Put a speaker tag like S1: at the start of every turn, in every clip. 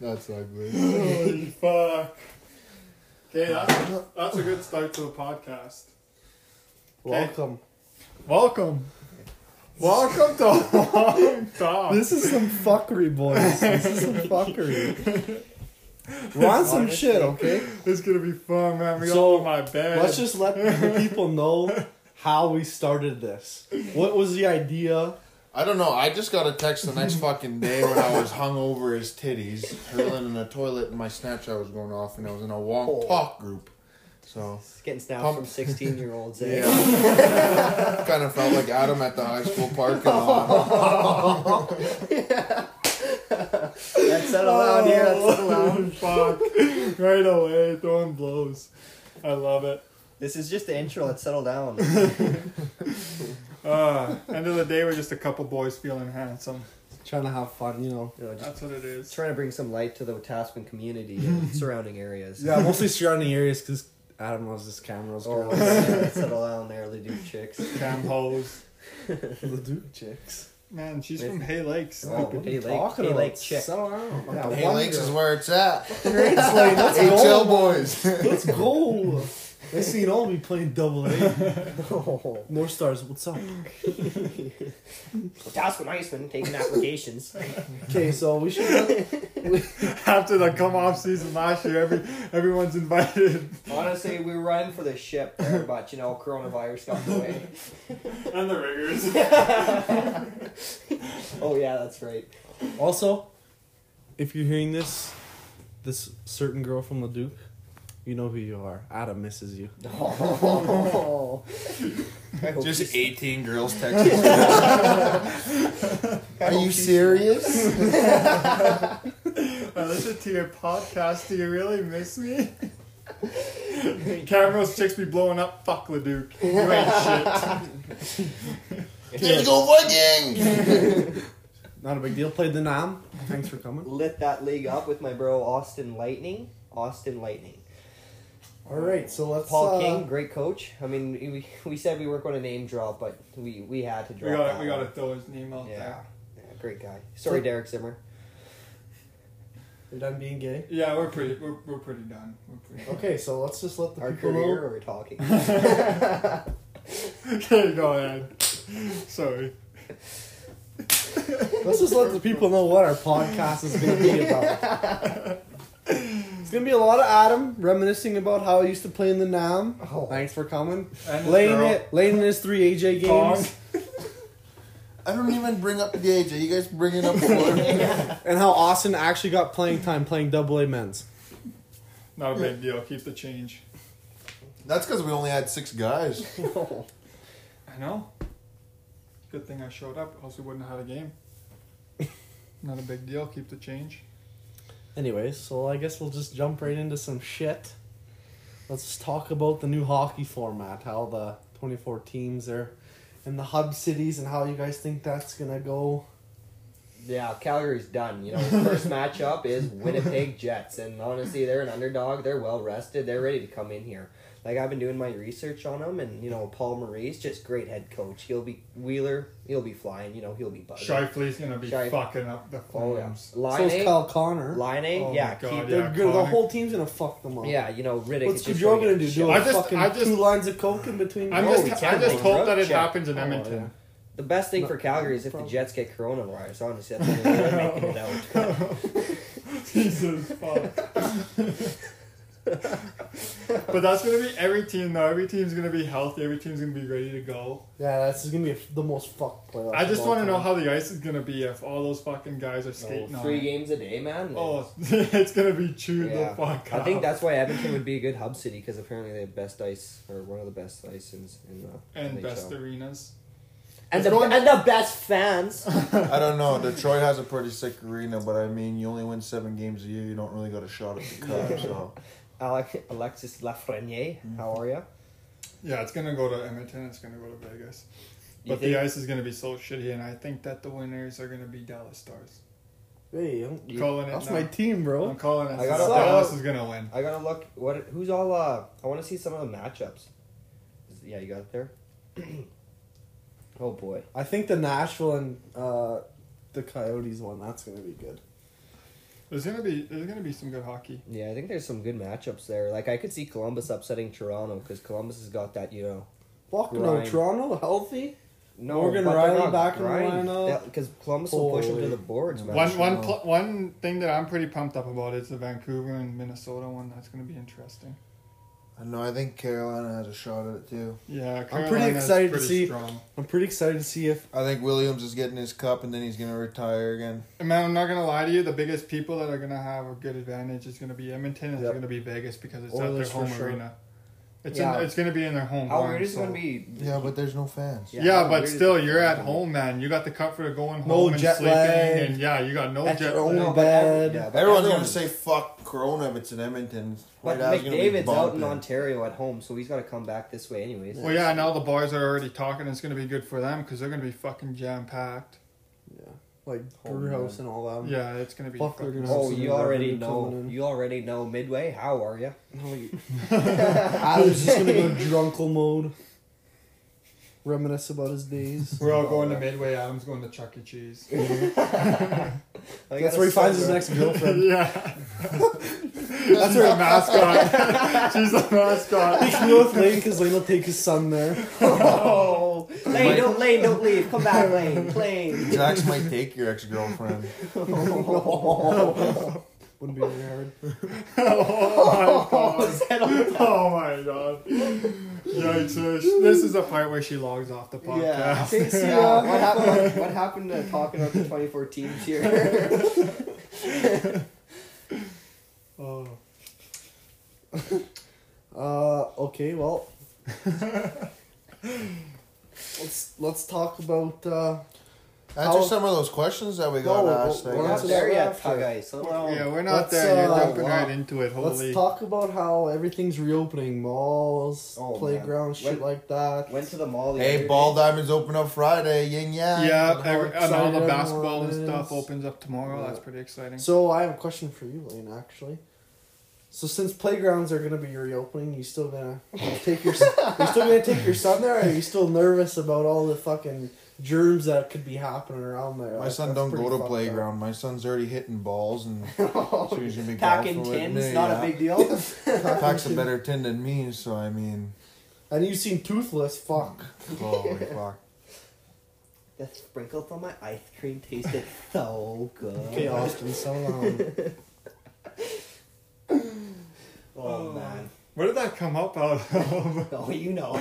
S1: That's ugly.
S2: Holy fuck. Okay, that's, that's a good start to the podcast.
S3: Welcome.
S2: Welcome. Welcome to Long Talk.
S3: This is some fuckery, boys. This is some fuckery. We're on some shit, okay?
S2: It's gonna be fun, man. We
S3: So,
S2: all in my bed.
S3: Let's just let the people know how we started this. What was the idea?
S1: I don't know. I just got a text the next fucking day when I was hung over his titties, hurling in the toilet, and my Snapchat was going off, and I was in a walk
S4: Oh.
S1: talk group. So
S4: It's getting snapped
S1: Pump-
S4: from 16 year olds. Eh?
S1: yeah, kind of felt like Adam at the high school parking lot.
S4: That's not allowed here. That's not allowed.
S2: Holy fuck. Right away, throwing blows. I love it.
S4: This is just the intro. Let's settle down.
S2: Uh, end of the day, we're just a couple boys feeling handsome.
S3: Trying to have fun, you know.
S4: You know, just
S2: That's what it is.
S4: trying to bring some light to the Tasman community and surrounding areas.
S3: Yeah, mostly surrounding areas because Adam knows this camera was
S4: Or
S3: going
S4: let's settle down there, Leduc chicks.
S2: Cam hose.
S3: the Duke chicks.
S2: Man, she's from Hay Lakes.
S4: Oh,
S2: Stupid.
S4: Hey Lake, hey Lake chick.
S3: Settle down. Yeah,
S1: Hey,
S3: one
S1: Lakes
S3: girl.
S1: is where it's at.
S3: It's like, let's
S1: HL
S3: go.
S1: boys.
S3: Let's go. They seen all me playing double A. North Stars, what's up?
S4: Tasman Iceman taking applications.
S3: Okay, so we should.
S2: After the come off season last year, every everyone's invited.
S4: Honestly, we were riding for the ship there, but you know, coronavirus got in the way.
S2: And the riggers.
S4: Oh yeah, that's right.
S3: Also, if you're hearing this, this certain girl from the Duke, you know who you are. Adam misses you.
S4: I hope she's-
S1: Just eighteen girls texting. me.
S4: I
S1: Are
S4: hope
S1: you
S4: she's-
S1: serious?
S2: I listen to your podcast. Do you really miss me? Cameras chicks be blowing up. Fuck Leduc. You ain't shit.
S1: Let's go Vikings.
S3: Not a big deal. Played the Nam. Thanks for coming.
S4: Lit that league up with my bro Austin Lightning. Austin Lightning.
S3: All right, so let's.
S4: Paul
S3: uh,
S4: King, great coach. I mean, we, we said we weren't going to name drop, but we, we had to
S2: We
S4: drop.
S2: got
S4: that
S2: we got to
S4: one.
S2: throw his name out
S4: Yeah.
S2: there.
S4: yeah, great guy. Sorry, Derek Zimmer.
S3: You're done being gay.
S2: Yeah, we're pretty we're, we're pretty done. We're pretty.
S3: Okay, so let's just let the
S4: Our
S3: people
S4: career,
S3: know.
S4: or we're talking.
S2: Okay, go ahead. Sorry.
S3: Let's just let the people know what our podcast is going to be about. It's gonna be a lot of Adam reminiscing about how he used to play in the Nam.
S4: Oh.
S3: Thanks for coming.
S2: And
S3: Laying
S2: girl.
S3: it, laying in his three AJ
S2: Pong.
S3: games.
S1: I don't even bring up the AJ. You guys bringing up the
S3: and how Austin actually got playing time playing double A men's.
S2: Not a big deal. Keep the change.
S1: That's because we only had six guys.
S2: I know. Good thing I showed up. Else we wouldn't have had a game. Not a big deal. Keep the change.
S3: Anyways, so I guess we'll just jump right into some shit. Let's just talk about the new hockey format, how the 24 teams are in the hub cities, and how you guys think that's gonna go.
S4: yeah, Calgary's done. You know, first matchup is Winnipeg Jets, and honestly, they're an underdog. They're well rested. They're ready to come in here. Like I've been doing my research on them, and you know, Paul Maurice, just great head coach. He'll be Wheeler. He's He'll be flying. You know, he'll be buzzing.
S2: Shifley's gonna be
S4: Shifley.
S2: fucking up the
S4: Oh yeah,
S2: phones.
S3: So
S4: Line
S3: is Kyle Connor.
S4: Line
S2: Oh my
S4: yeah,
S2: God,
S4: keep
S2: yeah.
S3: They're good. The
S2: Connor.
S3: whole team's gonna fuck them up.
S4: Yeah, you know, Riddick.
S3: What's
S4: is just
S3: Goudreau gonna
S4: get
S3: do?
S4: shit.
S3: Do
S2: I
S3: a
S2: just-
S3: fucking
S2: I just-
S3: two lines of coke in between?
S2: I'm
S3: Oh,
S4: we
S2: just, I
S4: can
S2: just
S4: make
S2: hope
S4: road
S2: that it
S4: check.
S2: happens in
S3: Oh,
S2: Edmonton.
S3: yeah.
S4: The best thing
S3: No,
S4: for Calgary is if the
S3: problem.
S4: Jets get coronavirus. Honestly, that's the only way they're making it out.
S2: Jesus fuck. but that's gonna be every team though. Every team's gonna be healthy. Every team's gonna be ready to go.
S3: Yeah, that's gonna be a, the most fucked playoff.
S2: I just
S3: of all
S2: want to know
S3: time.
S2: how the ice is gonna be if all those fucking guys are skating
S4: No,
S2: on.
S4: Oh, three
S2: it.
S4: games a day, man.
S2: Oh, it's gonna be chewed
S4: Yeah.
S2: the fuck
S4: I
S2: up.
S4: think that's why Edmonton would be a good hub city because apparently they have best ice or one of the best ices in uh, the
S2: and
S4: NHL.
S2: best arenas.
S4: and
S2: It's
S4: the
S2: going-
S4: and the best fans.
S1: I don't know. Detroit has a pretty sick arena, but I mean, you only win seven games a year. You don't really got a shot at the cup. So
S4: Alex, Mm-hmm. Alexis Lafreniere, how are you?
S2: Yeah, it's gonna go to Edmonton. It's gonna go to Vegas.
S4: You
S2: But the
S4: think-
S2: ice is going to be so shitty, and I think that the winners are going to be Dallas Stars.
S3: Hey, I'm
S4: You-
S2: calling it
S3: that's
S2: now.
S3: my team,
S2: I'm
S3: bro.
S2: calling it.
S4: I gotta-
S2: Dallas is going to win.
S4: I gotta look. What? Who's all? Uh, I want to see some of the matchups. Is- Yeah, you got it there. oh boy.
S3: I think the Nashville and uh, the Coyotes one. That's gonna be good.
S2: There's going to be there's going to be some good hockey.
S4: Yeah, I think there's some good matchups there. Like I could see Columbus upsetting Toronto because Columbus has got that you know.
S3: Fucking
S4: Ryan.
S3: Toronto healthy.
S4: No,
S3: Morgan
S4: but they're
S3: Riley
S4: not
S3: back in the
S4: grind.
S3: lineup.
S4: Because Columbus will push them to
S3: Holy.
S4: the boards. man.
S2: One one
S3: National.
S2: pl- one thing that I'm pretty pumped up about is the Vancouver and Minnesota one. That's going to be interesting.
S1: I know. I think Carolina has a shot at it too.
S2: Yeah,
S3: pretty
S2: Carolina's
S3: excited to
S2: pretty
S3: see-
S2: Strong.
S3: I'm pretty excited to see if
S1: I think Williams is getting his cup, and then he's gonna retire again.
S2: And Man, I'm not gonna lie to you. The biggest people that are gonna have a good advantage is gonna be Edmonton. and It's
S3: Yep.
S2: gonna be Vegas because it's
S3: Oilers
S2: at their
S3: for
S2: home
S3: sure.
S2: arena. It's
S4: Yeah.
S2: in, it's gonna be in their home.
S4: How
S2: barn,
S4: weird is it
S2: so-
S4: gonna be?
S1: Yeah, but there's no fans.
S4: Yeah,
S2: Yeah,
S4: how
S2: but
S4: weird is
S2: still,
S4: it?
S2: you're at home, man. You got the comfort of going
S3: No
S2: home and
S3: jet
S2: sleeping,
S3: lag.
S2: and yeah, you got no
S3: At
S2: jet
S3: your own
S2: lag.
S3: home. bad.
S4: every- yeah, but
S1: Everyone's
S4: everyone-
S1: gonna say fuck Corona if it's in Edmonton.
S4: But
S1: White House is gonna be
S4: McDavid's out in
S1: bumping.
S4: Ontario at home, so he's got to come back this way anyways.
S2: Well, yeah, now the bars are already talking. It's gonna be good for them because they're gonna be fucking jam packed.
S3: like
S4: Oh,
S3: Brewhouse and all them.
S2: Yeah, it's gonna be.
S3: Fuck, they're
S2: fucking-
S3: gonna-
S4: Oh,
S3: Absolutely
S4: you already
S3: revenue coming
S4: know.
S3: in.
S4: You already know. Midway, how are you?
S3: I was just gonna go drunkle mode. Reminisce about his days.
S2: We're all going to Midway. Adam's going to Chuck E. Cheese.
S4: oh,
S3: That's where he finds his next girlfriend.
S2: yeah, that's her mascot. She's the mascot.
S3: He can go with Lane because Lane will take his son there.
S4: Oh, Lane, don't Lane, don't leave. Come back, Lane, Lane.
S1: Jax might take your ex girlfriend.
S4: Oh.
S3: Wouldn't be weird.
S2: Oh my god. Oh my god. Yikes. uh, sh- This is the part where she logs off the podcast.
S4: Yeah.
S3: ya.
S4: uh, What happened? What happened to talking about the 2014 cheer?
S2: Oh.
S3: Uh, okay, well, let's let's talk about. Uh,
S1: Answer
S3: How-
S1: some of those questions that we got
S3: No,
S1: asked. I
S3: we're
S1: guess.
S3: not
S4: Not
S3: to
S4: there
S3: that
S4: yet,
S3: after.
S4: tug ice. huh?
S2: Yeah, we're not
S3: Let's,
S2: there. You're
S3: uh,
S2: jumping
S3: wow.
S2: right into it. Holy.
S3: let's talk about how everything's reopening: malls,
S4: Oh, man.
S3: playgrounds, shit
S4: When-
S3: like that.
S4: Went to the mall. The other
S1: Hey,
S4: day.
S1: Ball Diamonds open up Friday. Yin yang.
S2: yeah,
S3: how
S2: every, and all the
S3: excited
S2: basketball and
S3: everyone
S2: stuff
S3: is.
S2: opens up tomorrow.
S3: Yeah.
S2: That's pretty exciting.
S3: So I have a question for you, Lane. Actually, so since playgrounds are gonna be reopening, you still gonna take your you still gonna take your son there? Or are you still nervous about all the fucking germs that could be happening around there?
S1: My
S3: Like,
S1: son
S3: that's
S1: don't
S3: pretty
S1: go to
S3: fucked up.
S1: playground. My son's already hitting balls and so he's gonna be
S4: Packing
S1: golfing with
S4: tins,
S1: me,
S4: not
S1: yeah.
S4: a big deal.
S1: Packs a better tin than me, so I mean,
S3: And you've seen toothless. Fuck.
S1: holy fuck.
S4: the sprinkles on my ice cream tasted so good.
S3: Okay, Austin, so long.
S1: um,
S4: Oh man.
S2: Where did that come up out of?
S4: Oh, you know.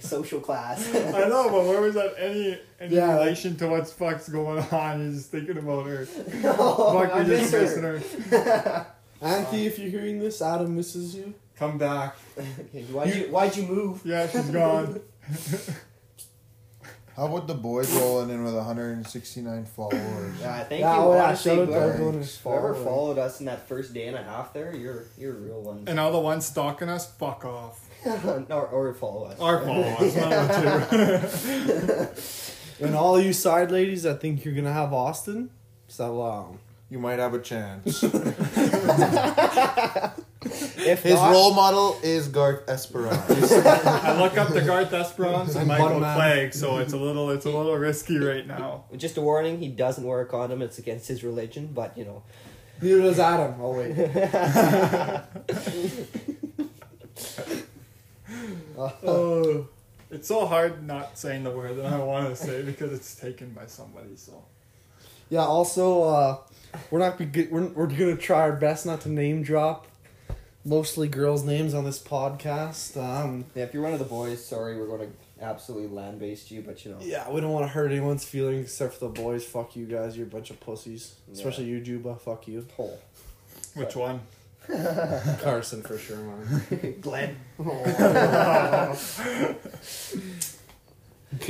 S4: Social class.
S2: I know, but where was that any any
S3: Yeah.
S2: relation to what's fuck's going on? You're just thinking about her. Fuck,
S4: I
S2: you're
S4: miss
S2: just
S4: her.
S2: missing her.
S3: Anthony, if you're hearing this, Adam misses you.
S2: Come back.
S4: Okay, why'd you Why'd you move?
S2: Yeah, she's gone.
S1: How about the boys rolling in with 169 followers?
S4: Yeah, thank
S3: Yeah,
S4: you.
S3: oh, yeah,
S4: honestly,
S3: shout out to
S4: whoever,
S3: everyone who's
S4: whoever
S3: following.
S4: followed us in that first day and a half there, you're you're a real one.
S2: and all the ones stalking us, fuck off.
S4: or, or follow us.
S2: Our fault. It's one of the two.
S3: And all you side ladies that think you're gonna have Austin, so um, long.
S1: You might have a chance.
S4: If
S1: His
S4: not,
S1: role model is Garth Esperance.
S2: I look up the Garth Esperance and Michael
S3: Bottom man.
S2: Clegg, so it's a little it's a little risky right now.
S4: just a warning, he doesn't wear a condom. It's against his religion, but you know.
S3: Neither does Adam. Oh wait. Uh,
S2: Oh, it's so hard not saying the word that I want to say because it's taken by somebody. So
S3: Yeah. Also, uh, we're not be good, we're we're gonna try our best not to name drop mostly girls' names on this podcast. Um,
S4: Yeah, if you're one of the boys, sorry, we're going to absolutely land baste you, but you know.
S3: yeah, we don't want to hurt anyone's feelings except for the boys. Fuck you guys. You're a bunch of pussies. Especially you, Juba. Fuck you,
S4: Oh.
S2: which one?
S3: Carson for sure. Man.
S4: Glenn.
S3: okay,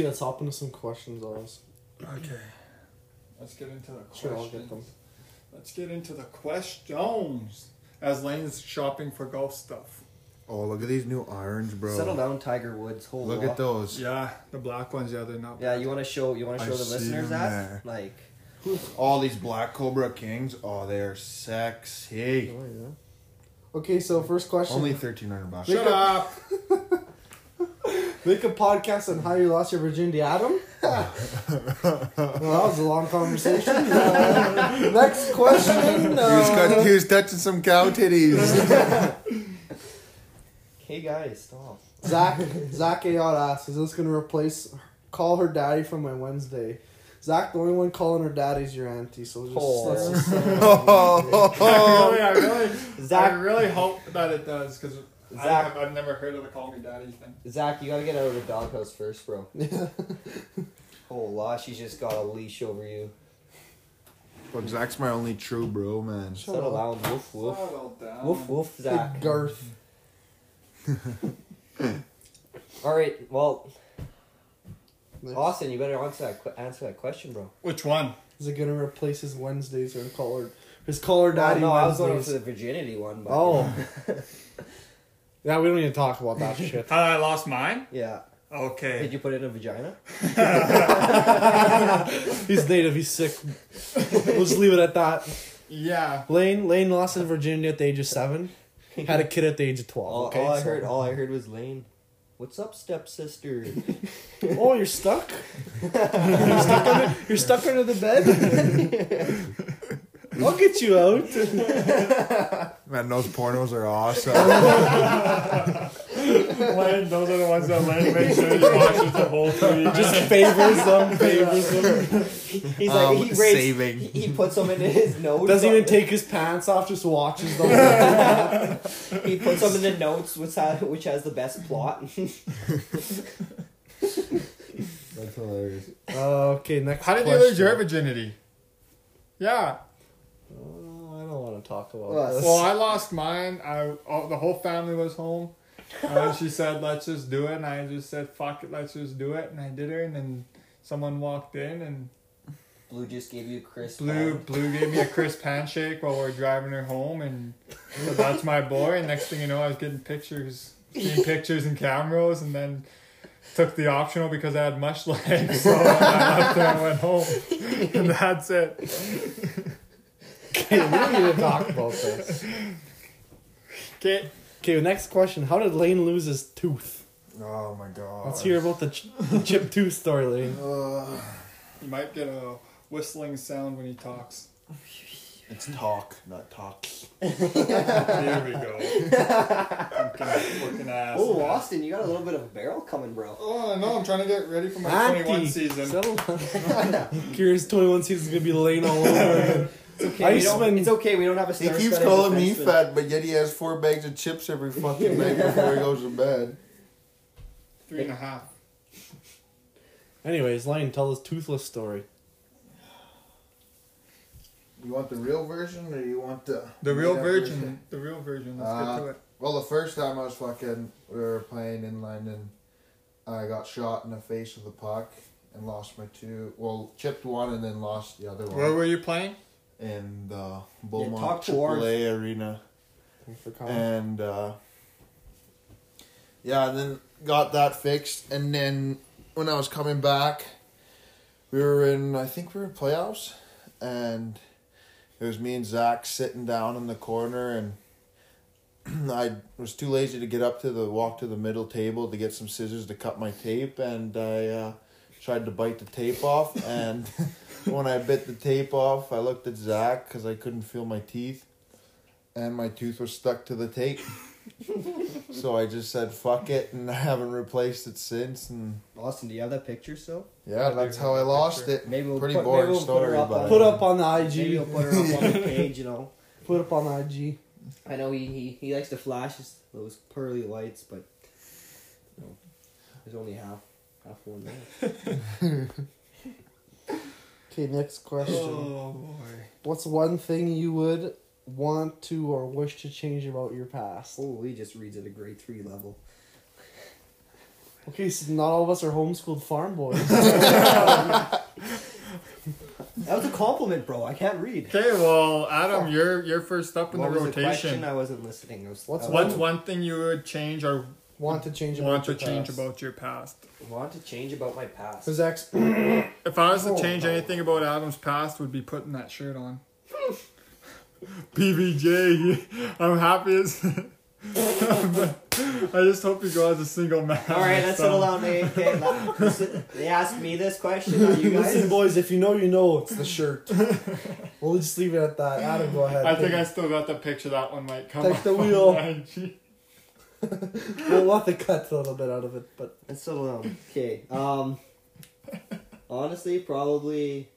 S3: let's hop into some questions, Oz.
S2: Okay, let's get into the questions.
S3: Sure, I'll get them.
S2: Let's get into the questions. As Lane's shopping for golf stuff.
S1: Oh, look at these new irons, bro.
S4: Settle down, Tiger Woods. Hold
S1: Look at
S4: those.
S1: those.
S2: Yeah, the black ones. Yeah, they're not.
S4: Yeah, you want to show you want to
S1: I
S4: show the
S1: see
S4: listeners
S1: them
S4: that
S1: there.
S4: like
S1: All these black Cobra Kings. Oh, they are sexy.
S3: Oh, yeah. Okay, so first question.
S1: Only thirteen hundred bucks.
S3: Shut up. Make a podcast on how you lost your virginity, Adam. well, that was a long conversation. Uh, next question.
S1: He was,
S3: uh,
S1: got, he was touching some cow titties.
S4: Hey guys, stop.
S3: Zach Zach Ayot asks, "Is this gonna replace call her daddy from my Wednesday?" Zach, the only one calling her daddy's your auntie, so just
S4: Oh.
S3: let's just.
S2: I
S1: oh,
S2: really, I really,
S4: Zach-
S2: I really hope that it does because
S4: Zach-
S2: I've never heard of the call me daddy thing.
S4: Zach, you gotta get out of the doghouse first, bro. Oh, la, she's just got a leash over you.
S1: But Zach's my only true bro, man.
S3: Shut
S4: Settle
S3: up.
S4: down, woof woof,
S2: Settle down.
S4: woof woof, Zach.
S3: Big Garth.
S4: All right, well,
S3: Next.
S4: Austin, you better answer that que- answer that question, bro.
S2: Which one?
S3: Is it gonna replace his Wednesdays or call her his call her
S4: Well,
S3: daddy?
S4: Oh, no, I was going for
S3: Wednesdays?
S4: the virginity one, but
S3: Oh. yeah, we don't even talk about that shit.
S2: How I lost mine?
S4: yeah. Did
S2: Okay.
S4: you put it in a vagina?
S3: He's native. He's sick. We'll just leave it at that.
S2: Yeah.
S3: Lane Lane lost his virginity at the age of seven. Had a kid at the age of twelve.
S4: All,
S3: okay,
S4: all I
S3: so-
S4: heard, all I heard was Lane. What's up, stepsister?
S3: Oh, you're stuck. you're, stuck under, you're stuck under the bed. I'll get you out.
S1: Man, those pornos are awesome.
S2: Lane, those are the ones that Lane makes sure he watches the whole thing.
S3: Just favors them. Favors them.
S4: He's like
S1: Um,
S4: he rates,
S1: saving.
S4: He, he puts them in his notes.
S3: Doesn't even
S4: on-
S3: take his pants off. Just watches them.
S4: He puts them in the notes, which has, which has the best plot.
S1: That's hilarious.
S3: Uh, okay, next.
S2: How did you
S3: question.
S2: lose your virginity? Yeah.
S3: Oh, I don't want to talk about
S4: Well,
S3: this.
S2: Well, I lost mine. I all, the whole family was home. And she said, "Let's just do it," and I just said, "Fuck it, let's just do it." And I did her, and then someone walked in, and
S4: Blue just gave you a crisp.
S2: Blue
S4: hand.
S2: Blue gave me a crisp handshake while we were driving her home, and so that's my boy. And next thing you know, I was getting pictures, getting pictures and cameras, and then took the optional because I had mush legs, so I left and I went home, and that's it.
S3: okay, we don't need to talk about this.
S2: Okay,
S3: Okay, the next question. How did Lane lose his tooth?
S1: Oh my god.
S3: Let's hear about the, ch- the chip tooth story, Lane.
S1: Uh,
S2: you might get a whistling sound when he talks.
S1: it's talk, not talks.
S2: There we go. Fucking- fucking ass.
S4: Oh, Austin, you got a little bit of a barrel coming, bro.
S2: Oh, no, I'm trying to get ready for my 21 season.
S3: settle down. Curious 21 season's gonna be Lane all over again.
S4: It's okay. we don't-
S3: Iceman-
S4: It's okay. We don't have a.
S1: He
S4: star
S1: keeps
S4: studded
S1: calling me
S4: defenseman.
S1: fat, but yet he has four bags of chips every fucking night before he goes to bed.
S2: Three and a half.
S3: Anyways, Lane, tell his toothless story.
S1: You want the real version or you want the
S2: The real
S1: made-up
S2: virgin. The real virgin. Let's
S1: Uh,
S2: get to it.
S1: Well, the first time I was fucking, we were playing in London. I got shot in the face with a puck and lost my two. Well, chipped one and then lost the other one.
S2: Where were you playing?
S1: in the
S4: talk
S1: Beaumont
S4: to Warren.
S1: AAA arena,
S3: Thanks for
S1: and uh, yeah, and then got that fixed. And then when I was coming back, we were in. I think we were in playoffs, and it was me and Zach sitting down in the corner and. I was too lazy to get up to the walk to the middle table to get some scissors to cut my tape, and I uh, tried to bite the tape off. And when I bit the tape off, I looked at Zach because I couldn't feel my teeth, and my tooth was stuck to the tape. so I just said "fuck it," and I haven't replaced it since. And
S4: Austin, do you have that picture still?
S1: yeah,
S2: I do
S1: that's
S2: have
S1: how I
S2: that
S1: lost
S2: picture.
S1: it.
S4: Maybe we'll
S1: Pretty
S4: put-
S1: boring
S4: maybe we'll put her
S1: story,
S4: up
S1: but
S4: on-
S3: Put up on the
S4: Maybe you'll
S3: IG.
S4: put her up on the page. You know.
S3: Put up on the IG.
S4: I know he, he, he likes to flash his, those pearly lights, but you know, there's only half half one there.
S3: Okay, next question.
S2: Oh boy.
S3: What's one thing you would want to or wish to change about your past?
S4: Holy, just reads at a grade three level.
S3: Okay, so not all of us are homeschooled farm boys.
S4: That was a compliment, bro. I can't read.
S2: Okay, well, Adam, you're you're first up in
S4: What
S2: the
S4: was the question?
S2: rotation.
S4: I wasn't listening. I was,
S3: What's
S4: I
S2: What's one thing you would change or
S3: Want to change
S2: want to
S3: your
S2: change
S3: past.
S2: about your past?
S4: want to change about my past?
S3: His ex.
S2: If I was to
S4: Oh,
S2: change
S4: no.
S2: anything about Adam's past, would be putting that shirt on. PBJ, I'm happy as. I just hope he goes as a single man.
S4: All right, let's settle down. eh? Okay, la- this is- they asked me this question. Are you
S3: Listen,
S4: guys?
S3: boys, if you know, you know. It's the shirt. we'll just leave it at that. Adam, go ahead.
S2: I think I still got the picture. That one might come.
S3: Take the
S2: up on
S3: wheel.
S2: IG.
S3: we'll have to cut a little bit out of it, but
S4: Let's settle down. Okay. Um. Honestly, probably.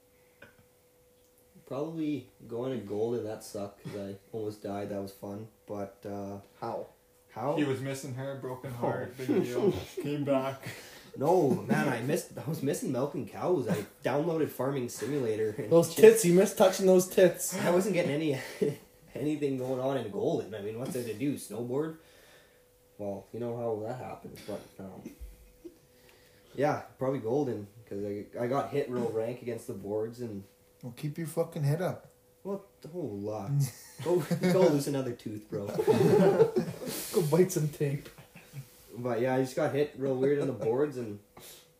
S4: Probably going to Golden. That sucked because I almost died. That was fun, but uh,
S3: how?
S4: how?
S2: He was missing her, broken heart, big deal. Oh, Came back.
S4: No, man, I missed. I was missing milking cows. I downloaded Farming Simulator. And
S3: Those
S4: just-
S3: tits. He missed touching those tits.
S4: I wasn't getting any anything going on in Golden. I mean, what's there to do? Snowboard? Well, you know how that happens, but um, yeah, probably Golden because I I got hit real rank against the boards and
S1: Well, keep your fucking head up.
S4: well, a whole lot. go go lose another tooth, bro.
S3: Go bite some tape.
S4: But yeah, I just got hit real weird on the boards and.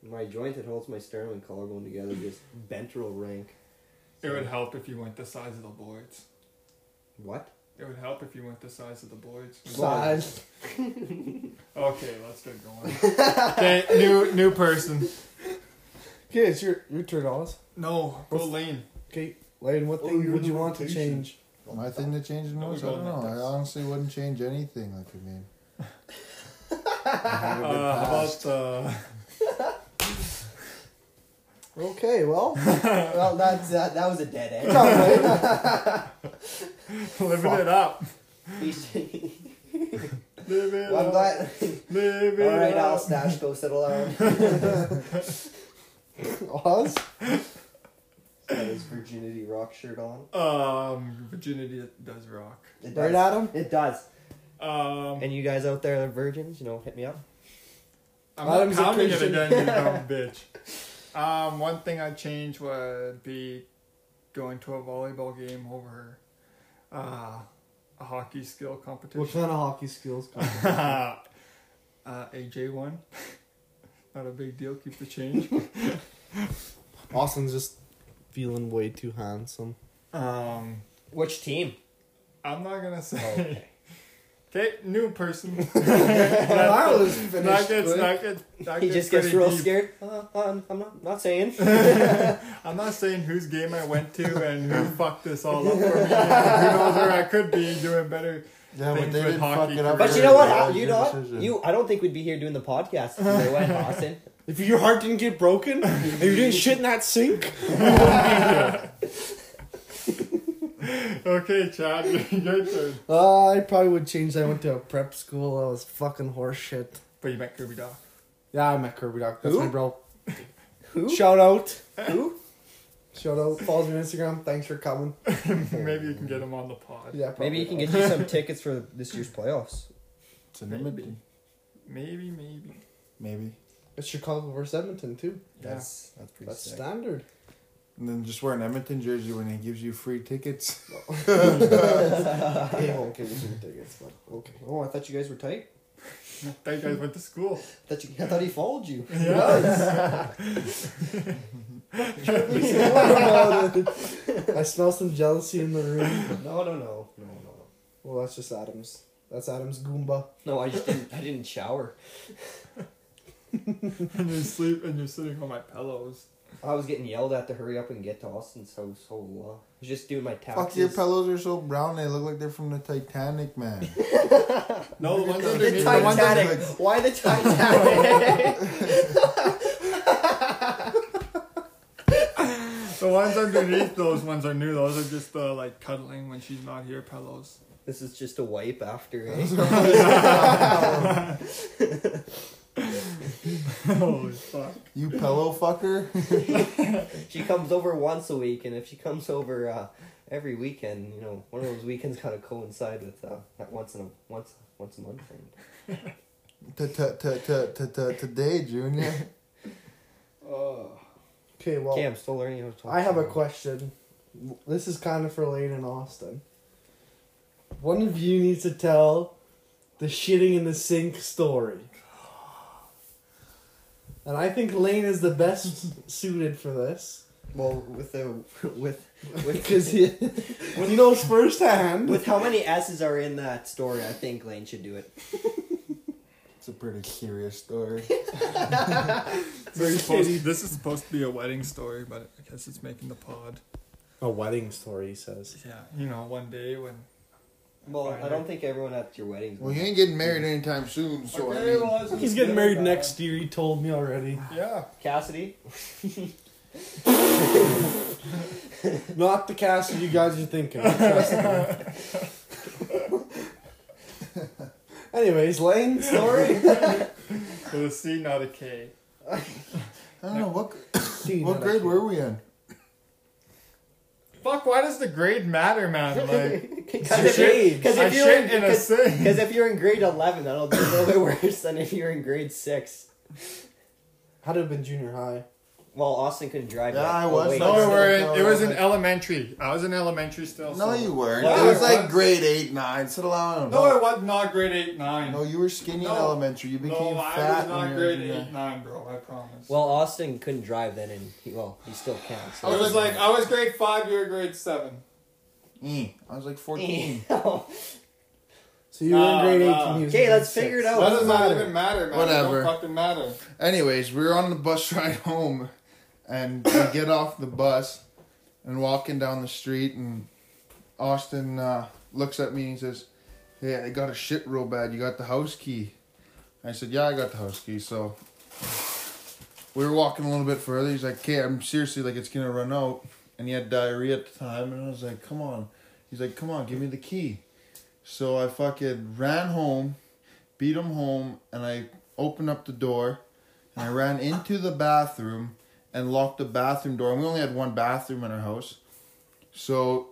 S4: My joint that holds my sternum and collarbone together just bent real rank.
S2: It would help if you went the size of the boards.
S4: What?
S2: It would help if you went the size of the boards.
S3: Size.
S2: Okay, let's get going. okay, new new person.
S3: Okay, it's your your turn, Oz.
S2: No, go Lane.
S3: Okay, Lane, what
S1: Oh,
S3: thing
S1: you're
S3: would you
S1: the
S3: want to
S1: rotation.
S3: change?
S1: My thing to change
S2: No,
S1: was
S2: we
S1: I don't
S2: don't
S1: know.
S2: like
S1: I
S2: this.
S1: honestly wouldn't change anything. Like I mean, I have
S2: Uh,
S1: a good
S2: how
S1: past.
S2: about uh,
S3: Okay, well,
S4: Well, that's, that, that was a dead end.
S2: living it up? Live it
S4: Well, I'm
S2: up.
S4: glad.
S2: Live it
S4: All right, I'll
S2: up.
S4: stash. Go settle down.
S3: Oz.
S4: Got his virginity rock shirt on.
S2: um, virginity does rock.
S4: It
S3: Right, Adam.
S4: It does.
S2: Um,
S4: And you guys out there that are virgins, you know, hit me up.
S2: I'm not
S3: Adam's a
S2: counting it
S3: Christian.
S2: again, you dumb bitch. Um, one thing I'd change would be going to a volleyball game over uh, a hockey skill competition.
S3: What kind of hockey skills?
S2: uh, AJ Uh, one. Not a big deal. Keep the change.
S3: Austin's just feeling way too handsome.
S2: Um,
S4: Which team?
S2: I'm not gonna say.
S4: Okay.
S2: Okay, new person.
S3: Well, I was
S2: That
S3: finished.
S2: gets,
S3: quick.
S2: that gets, that
S4: He
S2: gets
S4: just gets
S2: pretty
S4: real
S2: deep.
S4: scared. Uh, um, I'm not, not saying.
S2: I'm not saying whose game I went to and who fucked this all up for me. And who knows where I could be doing better.
S1: yeah, but
S2: things
S1: they
S2: with
S1: didn't
S2: hockey
S1: fuck it up.
S4: But you
S1: very
S4: know what?
S1: well,
S4: Al? You
S1: good
S4: know what?
S1: decision.
S4: You, I don't think we'd be here doing the podcast if they went, Austin.
S3: If your heart didn't get broken and you didn't shit in that sink,
S2: Okay, Chad, your turn.
S3: uh, I probably would change. that I went to a prep school. I was fucking horseshit.
S2: But you met Kirby Doc.
S3: Yeah, I met Kirby Doc. That's
S4: Who?
S3: my bro.
S4: Who?
S3: Shout out.
S4: Who?
S3: Shout out. Follows me on Instagram. Thanks for coming.
S2: Maybe you can get him on the pod.
S3: Yeah, probably
S4: Maybe you can
S3: not.
S4: get you some tickets for this year's playoffs.
S1: It's an image.
S2: Maybe, maybe.
S1: Maybe.
S3: It's Chicago versus Edmonton too.
S2: Yeah.
S4: That's that's pretty
S3: That's
S4: sick.
S3: standard.
S1: And then just wear an Edmonton jersey when he gives you free tickets.
S3: They won't give you some tickets, but okay.
S4: Oh, I thought you guys were tight.
S2: That you guys went to school.
S4: I thought, you, I thought he followed you.
S3: I smell some jealousy in the room.
S4: No, no, no, no, no, no.
S3: Well, that's just Adam's. That's Adam's Goomba.
S4: No, I just didn't. I didn't shower.
S2: and you're sleep and you're sitting on my pillows.
S4: I was getting yelled at to hurry up and get to Austin's house. So uh, I was just doing my taxes.
S1: Fuck, your pillows are so brown. They look like they're from the Titanic, man.
S2: No, the ones
S1: The
S2: underneath. The
S1: Titanic.
S2: ones under-
S4: Why the Titanic?
S2: The ones underneath those ones are new. Those are just the like cuddling when she's not here pillows.
S4: this is just a wipe after. eh?
S2: Holy fuck.
S1: you pillow fucker.
S4: she comes over once a week, and if she comes over uh, every weekend, you know, one of those weekends got to coincide with uh, that once in a once once a month thing.
S1: T- t- t- t- t- t- Today, Junior.
S2: Oh.
S3: Okay, well,
S4: Okay, I'm still learning how to talk.
S3: I have a
S4: now.
S3: question. This is kind of for Lane and Austin. One of you needs to tell the shitting in the sink story. And I think Lane is the best suited for this
S5: Well, with the with
S3: because he, he knows firsthand.
S4: With how many S's are in that story, I think Lane should do it.
S1: It's a pretty curious story.
S2: This is, supposed, this is supposed to be a wedding story, but I guess it's making the pod.
S3: A wedding story, he says.
S2: Yeah, you know, one day when.
S4: Well,
S2: Fine.
S4: I don't think everyone at your wedding's.
S1: well, you ain't getting married anytime soon, so I mean,
S3: He's getting married next year, he told me already.
S2: Yeah.
S4: Cassidy.
S3: Not the cast that you guys are thinking of. trust me. Anyways, Lane, story.
S2: With a C, not a K.
S1: I don't know what what grade were we in?
S2: Fuck, why does the grade matter, man? Like,
S4: Because
S3: shade.
S2: I
S4: if you're
S2: shit
S4: in,
S2: in a
S4: because
S2: sink.
S4: if you're in grade eleven, that'll be a little bit worse than if you're in grade six.
S3: Had to have been junior high.
S4: Well, Austin couldn't drive.
S1: Yeah,
S4: yet.
S1: I
S4: Oh,
S1: was.
S4: wait.
S2: No, we were in, it was in
S1: No,
S2: elementary. I was in elementary still.
S1: No,
S2: so-
S1: you weren't.
S2: Yeah,
S1: it was
S2: I
S1: like
S2: was.
S1: grade eight, nine. Settle down.
S2: No, it was not grade 8, 9.
S1: No, you were skinny
S2: No.
S1: in elementary. You became
S2: No, I
S1: fat.
S2: was not
S1: in
S2: grade
S1: your-
S2: 8, 9, bro, I promise.
S4: Well, Austin couldn't drive then, and he, well, he still can't.
S2: I was like, I was grade 5, you were grade 7.
S1: Eh, I was like fourteen.
S3: So you were
S2: Nah,
S3: in grade eight
S2: nah.
S3: and he was in
S4: Okay,
S3: grade
S4: let's figure it
S3: six.
S4: out.
S2: That doesn't
S1: matter.
S2: even matter, man.
S1: Whatever.
S2: It don't fucking matter.
S1: Anyways, we were on the bus ride home, and we get off the bus, and walking down the street, and Austin uh, looks at me and he says, "Hey, I got a shit real bad. You got the house key?" I said, "Yeah, I got the house key." So we were walking a little bit further. He's like, "Okay, I'm seriously like it's gonna run out," and he had diarrhea at the time, and I was like, "Come on." He's like, "Come on, give me the key." So I fucking ran home, beat him home, and I opened up the door. And I ran into the bathroom and locked the bathroom door. And we only had one bathroom in our house. So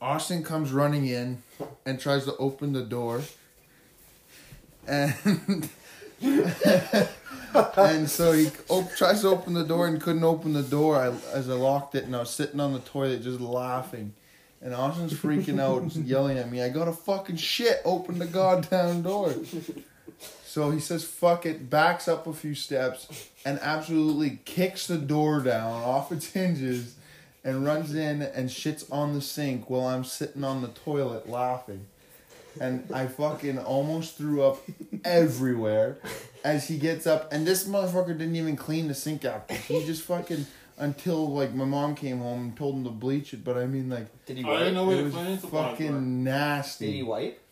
S1: Austin comes running in and tries to open the door. And and so he op- tries to open the door and couldn't open the door I, as I locked it. And I was sitting on the toilet just laughing. And Austin's freaking out, and yelling at me, I got a fucking shit, open the goddamn door. So he says, fuck it, backs up a few steps, and absolutely kicks the door down off its hinges and runs in and shits on the sink while I'm sitting on the toilet laughing. And I fucking almost threw up everywhere as he gets up. And this motherfucker didn't even clean the sink after. He just fucking, until like my mom came home and told him to bleach it. But I mean, like,
S4: Did he
S2: I didn't
S4: wipe?
S2: know
S1: it
S2: what
S1: was
S2: finance fucking.
S1: fucking
S4: Did he
S1: nasty.
S4: wipe?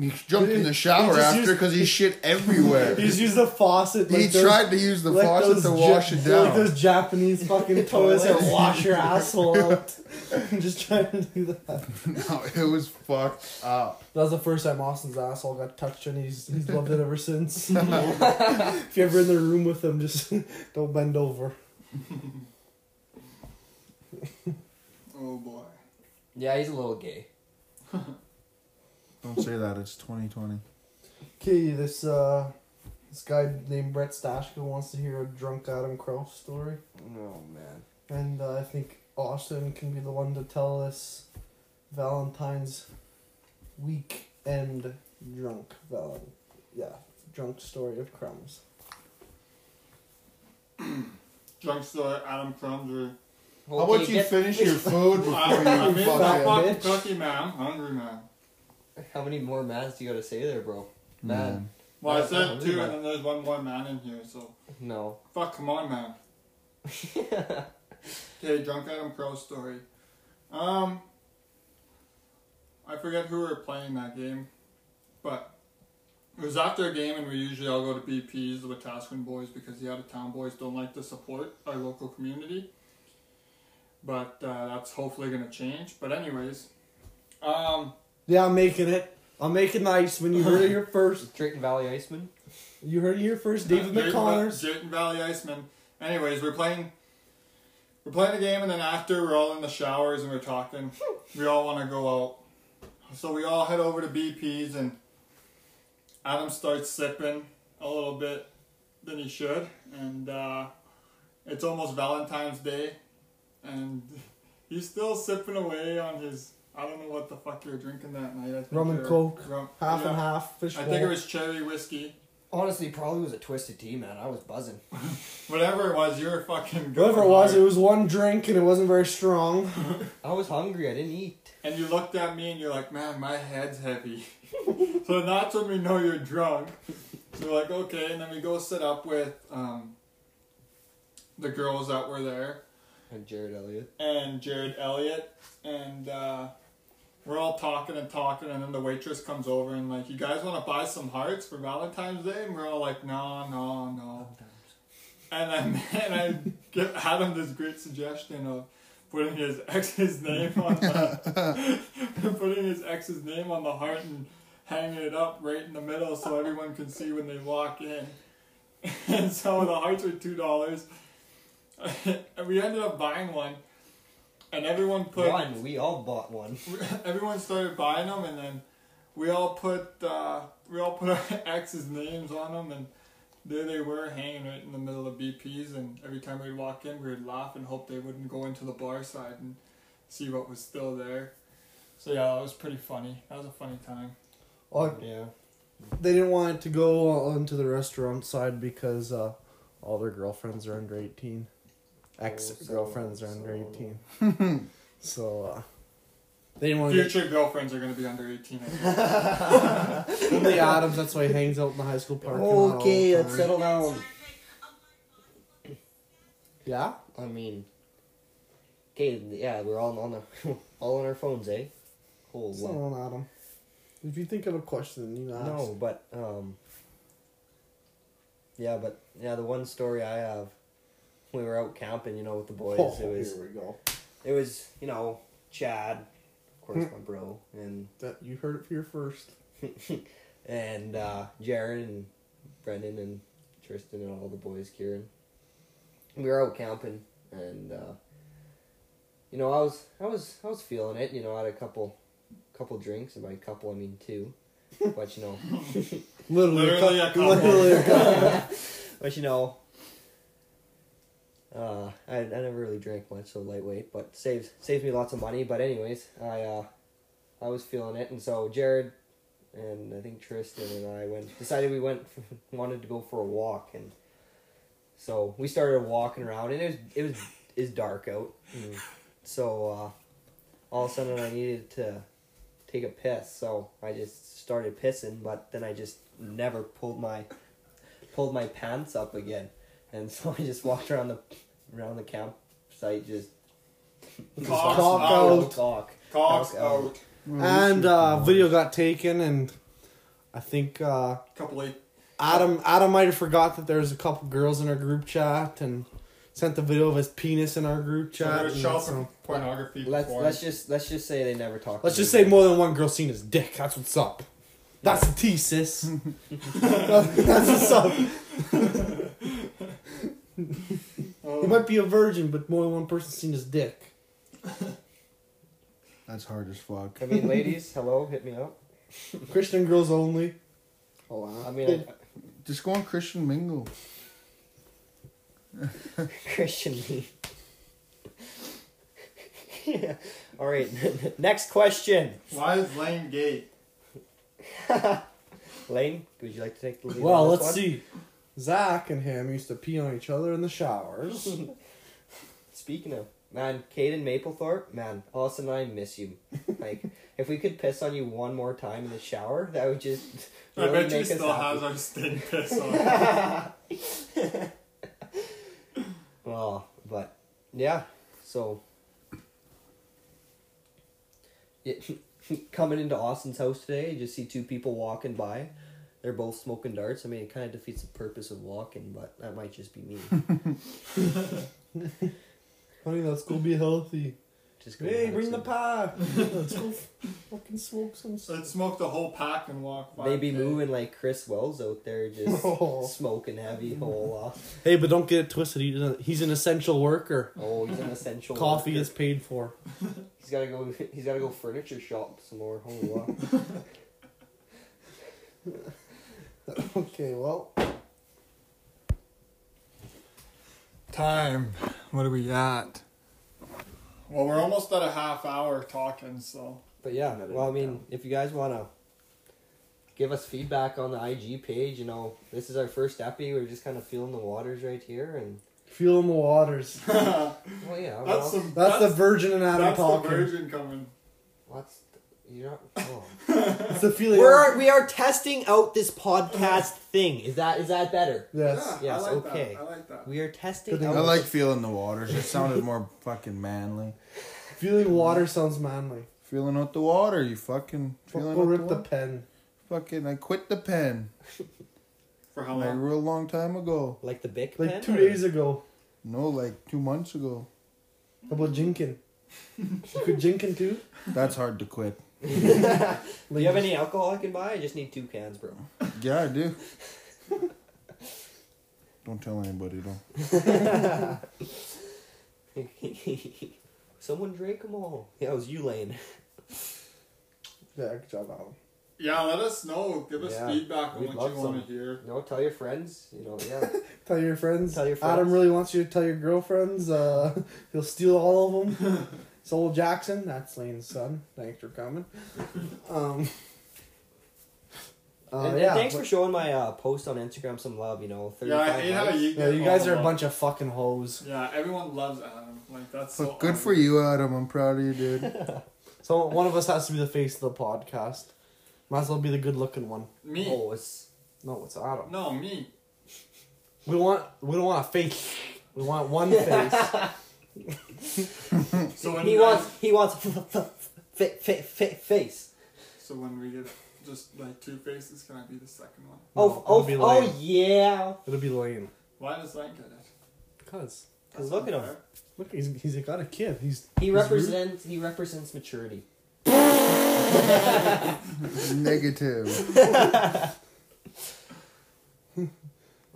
S1: He jumped in the
S3: He
S1: shower
S3: just
S1: after
S3: used-
S1: because he shit everywhere.
S3: He's used the faucet.
S1: he
S3: like those-
S1: tried to use the
S3: like
S1: faucet
S3: those
S1: to
S3: Ja-
S1: wash it down.
S3: Like those Japanese fucking toilets that wash your asshole out. I'm just trying to do that. That
S1: no, it was fucked up.
S3: was the first time Austin's asshole got touched, and he's he's loved it ever since. if you're ever in the room with him, just don't bend over.
S2: Oh boy.
S4: Yeah, he's a little gay.
S1: Don't say that. It's 2020.
S3: Okay, this uh, this guy named Brett Stashko wants to hear a drunk Adam Crow story.
S4: Oh man.
S3: And uh, I think Austin can be the one to tell us Valentine's weekend drunk Val. Yeah, drunk story of crumbs.
S2: Drunk store, Adam Crumbs or.
S1: How about you finish your food before
S2: I'm, I'm
S1: you
S2: in
S1: fuck
S2: that
S1: it?
S3: fuck-
S2: fucking
S3: bitch.
S2: cookie, man. I'm hungry, man.
S4: How many more mans do you gotta say there, bro?
S1: Man.
S4: Man.
S2: Well, I
S4: Yeah, I'm
S2: said
S4: hungry,
S2: two,
S4: man.
S2: and then there's one more man in here, so.
S4: No.
S2: Fuck, come on, man. Okay, drunk Adam Crow story. Um, I forget who we were playing that game, but it was after a game, and we usually all go to BP's, the Wetaskiwin boys, because the out of town boys don't like to support our local community. But uh, that's hopefully gonna change. But anyways, um,
S3: Yeah, I'm making it. I'm making ice when you heard it here first.
S4: Drayton Valley Iceman.
S3: You heard it here first, David
S2: Drayton Va-
S3: McConners.
S2: Drayton Valley Iceman. Anyways, we're playing. We're playing a game, and then after we're all in the showers and we're talking. we all want to go out, so we all head over to BP's, and Adam starts sipping a little bit than he should, and uh, it's almost Valentine's Day, and he's still sipping away on his. I don't know what the fuck you were drinking that night. I think
S3: Rum and
S2: you're-
S3: Coke,
S2: Rum,
S3: Half
S2: yeah.
S3: and half fish
S2: I
S3: bowl.
S2: think it was cherry whiskey.
S4: Honestly, probably was a twisted tea, man. I was buzzing.
S2: Whatever it was, you were fucking.
S3: Whatever it
S2: going
S3: was,
S2: hard.
S3: it was one drink and it wasn't very strong.
S4: I was hungry. I didn't eat.
S2: and you looked at me and you're like, man, my head's heavy. so that's when we know you're drunk. So we're like, okay, and then we go sit up with um, the girls that were there
S4: And Jared Elliott.
S2: and Jared Elliott, and uh, we're all talking and talking, and then the waitress comes over and like, you guys want to buy some hearts for Valentine's Day? And we're all like, no, no, no. And then and I give Adam this great suggestion of putting his ex's name on the, putting his ex's name on the heart and hanging it up right in the middle so everyone can see when they walk in. And so the hearts were two dollars. and we ended up buying one. And everyone put
S4: one. We all bought one.
S2: everyone started buying them, and then we all put uh, we all put our ex's names on them, and there they were hanging right in the middle of BP's. And every time we'd walk in, we'd laugh and hope they wouldn't go into the bar side and see what was still there. So yeah, that was pretty funny. That was a funny time.
S3: Well,
S4: Yeah.
S3: they didn't want it to go onto the restaurant side because uh, all their girlfriends are under 18.
S4: Oh,
S3: Ex girlfriends are under 18. so uh, they didn't want to get
S2: Future girlfriends are gonna be under eighteen. I think.
S3: Only Adams, that's why he hangs out in the high school parking lot all the
S4: Okay,
S3: time.
S4: let's settle down.
S3: Yeah?
S4: I mean, okay, yeah, we're all on the, all on our phones, eh? Hold
S3: Settle
S4: on.
S3: down, Adam. If you think of a question, you ask.
S4: No, but um, yeah, but yeah, the one story I have, we were out camping, you know, with the boys.
S3: Oh,
S4: it was,
S3: here we Hmm. go.
S4: it was, you know, Chad, of course, my bro, and
S3: That you heard it here first.
S4: and uh, Jared and Brendan and Tristan and all the boys, Kieran. We were out camping, and uh, you know, I was, I was, I was feeling it. You know, I had a couple, couple drinks, and by couple I mean two, but you know,
S3: Literally,
S2: Literally a couple.
S3: Literally a couple.
S4: but you know, uh, I, I never really drank much, so lightweight, but saves saves me lots of money. But anyways, I uh, I was feeling it, and so Jared and I think Tristan and I went decided we went wanted to go for a walk, and so we started walking around, and it was it was it was dark out, and Mm. so uh, all of a sudden I needed to take a piss, so I just started pissing, but then I just never pulled my pulled my pants up again, and so I just walked around the around the campsite just
S2: Cock
S3: cock
S2: out.
S3: out.
S4: cock.
S2: Cox
S4: Cock
S2: out.
S4: out.
S3: And uh, video got taken, and I think uh,
S2: Couple eight.
S3: Adam Adam might have forgot that there was a couple girls in our group chat and sent the video of his penis in our group
S2: So there
S3: chat.
S2: was
S3: and
S2: child
S3: so-
S2: pornography.
S4: Let's
S2: before.
S4: let's just let's just say they never talked.
S3: let's
S4: to
S3: just
S4: me
S3: say
S4: again.
S3: more than one girl seen his dick. That's what's up. That's the T, sis. That's what's up.
S2: Oh,
S3: He might be a virgin, but more than one person seen his dick.
S1: That's hard as fuck.
S4: I mean, ladies, hello, hit me up.
S3: Christian girls only. Oh
S4: I
S3: wow.
S4: mean,
S1: Just go on Christian Mingle.
S4: Christian me. yeah. All right. Next question.
S2: why is Lane gay?
S4: Lane, would you like to take the lead? on
S3: Well,
S4: this
S3: let's
S4: one?
S3: see. Zach and him used to pee on each other in the showers.
S4: Speaking of man, Caden Maplethorpe, man, Austin and I miss you. Like, if we could piss on you one more time in the shower, that would just
S2: I
S4: really
S2: bet you
S4: make us
S2: still
S4: happy.
S2: has our stink piss on.
S4: Well, but yeah, so Yeah, coming into Austin's house today, you just see two people walking by. They're both smoking darts. I mean, it kind of defeats the purpose of walking, but that might just be me.
S3: Honey, let's go be healthy.
S4: Just go
S3: Hey,
S4: have
S3: bring the
S4: some-
S3: pie. Let's go fucking smoke some
S2: Let's smoke the whole pack and walk.
S4: They be
S2: 5K.
S4: moving like Chris Wells out there, just
S3: Oh.
S4: smoking heavy whole off.
S3: Hey, but don't get it twisted. He's an, he's an essential worker.
S4: Oh, he's an essential.
S3: Coffee
S4: worker.
S3: is paid for.
S4: He's gotta go. He's gotta go furniture shop some more. Holy wow.
S3: Okay, well,
S2: Time. What are we at? Well, we're almost at a half hour talking, so
S4: But yeah,
S3: Another
S4: well, I mean,
S3: down.
S4: if you guys want to give us feedback on the IG page, you know, this is our first epi. We're just kind of feeling the waters right here, and
S3: Feel in the waters.
S2: that's
S4: well, yeah, well,
S2: some
S3: That's, the Virgin and Adam
S2: that's the
S3: talking.
S2: virgin coming.
S4: what's you know. Oh.
S3: It's the feeling.
S4: We're we are testing out this podcast thing. Is that is that better?
S3: yes.
S2: Yeah,
S4: Yes,
S2: I like
S4: okay.
S2: That. I like that.
S4: We are testing.
S1: I
S4: Out
S1: like feeling the waters. It sounded more fucking manly.
S3: Feeling water sounds manly.
S1: Feeling out the water, you fucking feeling
S3: Go
S1: out
S3: rip
S1: the,
S3: the
S1: water.
S3: pen.
S1: Fucking, I quit the pen
S2: For how
S1: like a
S3: Uh-huh.
S2: long?
S1: real long time ago.
S4: like the Bic
S3: Like
S4: pen
S3: two
S4: or-
S3: days ago.
S1: No, like two months ago.
S3: How about Jinkin? you could Jinkin too?
S1: That's hard to quit.
S4: Do you have any alcohol I can buy? I just need two cans, bro.
S1: Yeah, I do. Don't tell anybody though.
S4: Someone drank them all. Yeah, it was you, Lane.
S3: Yeah, good job, Adam.
S2: Yeah, let us know. Give us
S4: Yeah,
S2: feedback on
S4: we'd
S2: what
S4: love
S2: you want
S4: some.
S2: to hear.
S4: No, tell your friends. You know, yeah.
S3: Tell your friends.
S4: Tell your
S3: Adam
S4: friends.
S3: really wants you to tell your girlfriends. Uh, he'll steal all of them. it's old Jackson. That's Lane's son. Thanks for coming. Um, uh,
S4: and, and
S3: yeah,
S4: thanks
S3: but-
S4: for showing my uh, post on Instagram some love. You know,
S2: Yeah, I
S4: 35
S2: hate how
S4: likes.
S2: you.
S3: yeah,
S2: Get
S3: you guys
S2: all
S3: are a
S2: about-
S3: bunch of fucking hoes.
S2: Yeah, everyone loves Adam. Like that's so.
S1: But good for
S2: awesome.
S1: you, Adam. I'm proud of you, dude.
S3: So one of us has to be the face of the podcast. Might as well be the good looking one.
S2: Me?
S4: Oh, it's
S3: No, it's Adam.
S2: No, me.
S3: We want we don't want a face. We want one face.
S4: Oh,
S2: So when
S4: he
S2: we-
S4: wants he wants fa- fa- fa- face.
S2: So when we get just like two faces, can I be the second one?
S3: No,
S4: oh, oh,
S3: it'll be
S4: oh
S3: Lane.
S4: yeah.
S3: It'll be Lane.
S2: Why does Lane get it?
S3: Cause
S4: Cause look at him.
S3: look, he's he's got a kid. He's
S4: He
S3: he's rude.
S4: represents he represents maturity.
S1: Negative.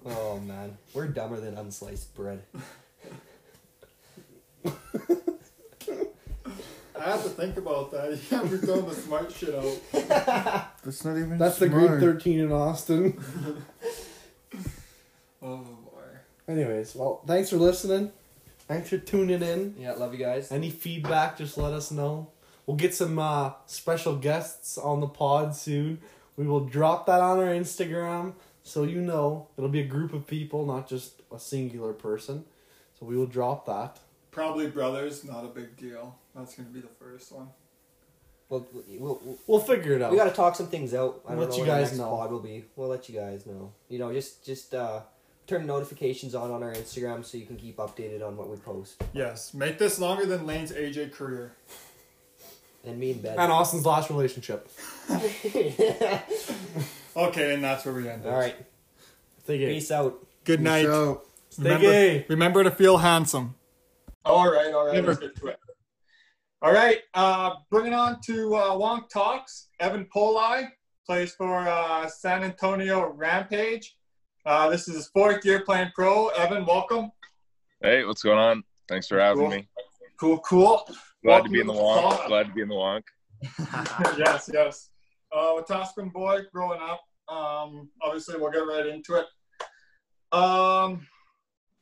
S4: Oh man, we're dumber than unsliced bread.
S2: I have to think about that. You can't be throwing the smart shit out.
S1: That's not even.
S3: That's the
S1: smart.
S3: grade thirteen in Austin.
S2: Oh boy.
S3: Anyways, well, thanks for listening. Thanks for tuning in.
S4: Yeah, love you guys.
S3: Any feedback, just let us know. We'll get some uh, special guests on the pod soon. We will drop that on our Instagram so you know. It'll be a group of people, not just a singular person. So we will drop that.
S2: Probably brothers, not a big deal. That's gonna be the first one.
S4: Well, we- we'll, we'll,
S3: We'll figure it out.
S4: we got to talk some things out. I don't
S3: Let
S4: know
S3: you
S4: what our
S3: guys
S4: next
S3: know.
S4: pod will be. We'll let you guys know. You know, just just uh, turn notifications on on our Instagram so you can keep updated on what we post.
S2: Yes. Make this longer than Lane's AJ career.
S4: And me and Ben.
S3: and Austin's last relationship.
S2: Okay, and that's where we end. it.
S4: All right.
S3: Stay gay.
S4: Peace out.
S2: Good night.
S1: So-
S3: Stay gay.
S2: remember to feel handsome. All right, all right. let's get to it. All right, uh, bringing on to uh, Wonk Talks, Evan Poli plays for uh, San Antonio Rampage. Uh, this is his fourth year playing pro. Evan, welcome.
S6: Hey, what's going on? Thanks for having
S2: Cool.
S6: me.
S2: Cool, cool.
S6: Glad
S2: Welcome
S6: to be in
S2: to
S6: the
S2: the
S6: wonk.
S2: pod.
S6: Glad to be in the wonk.
S2: yes, yes. Uh, Wetaskiwin boy growing up. Um, obviously, we'll get right into it. Um,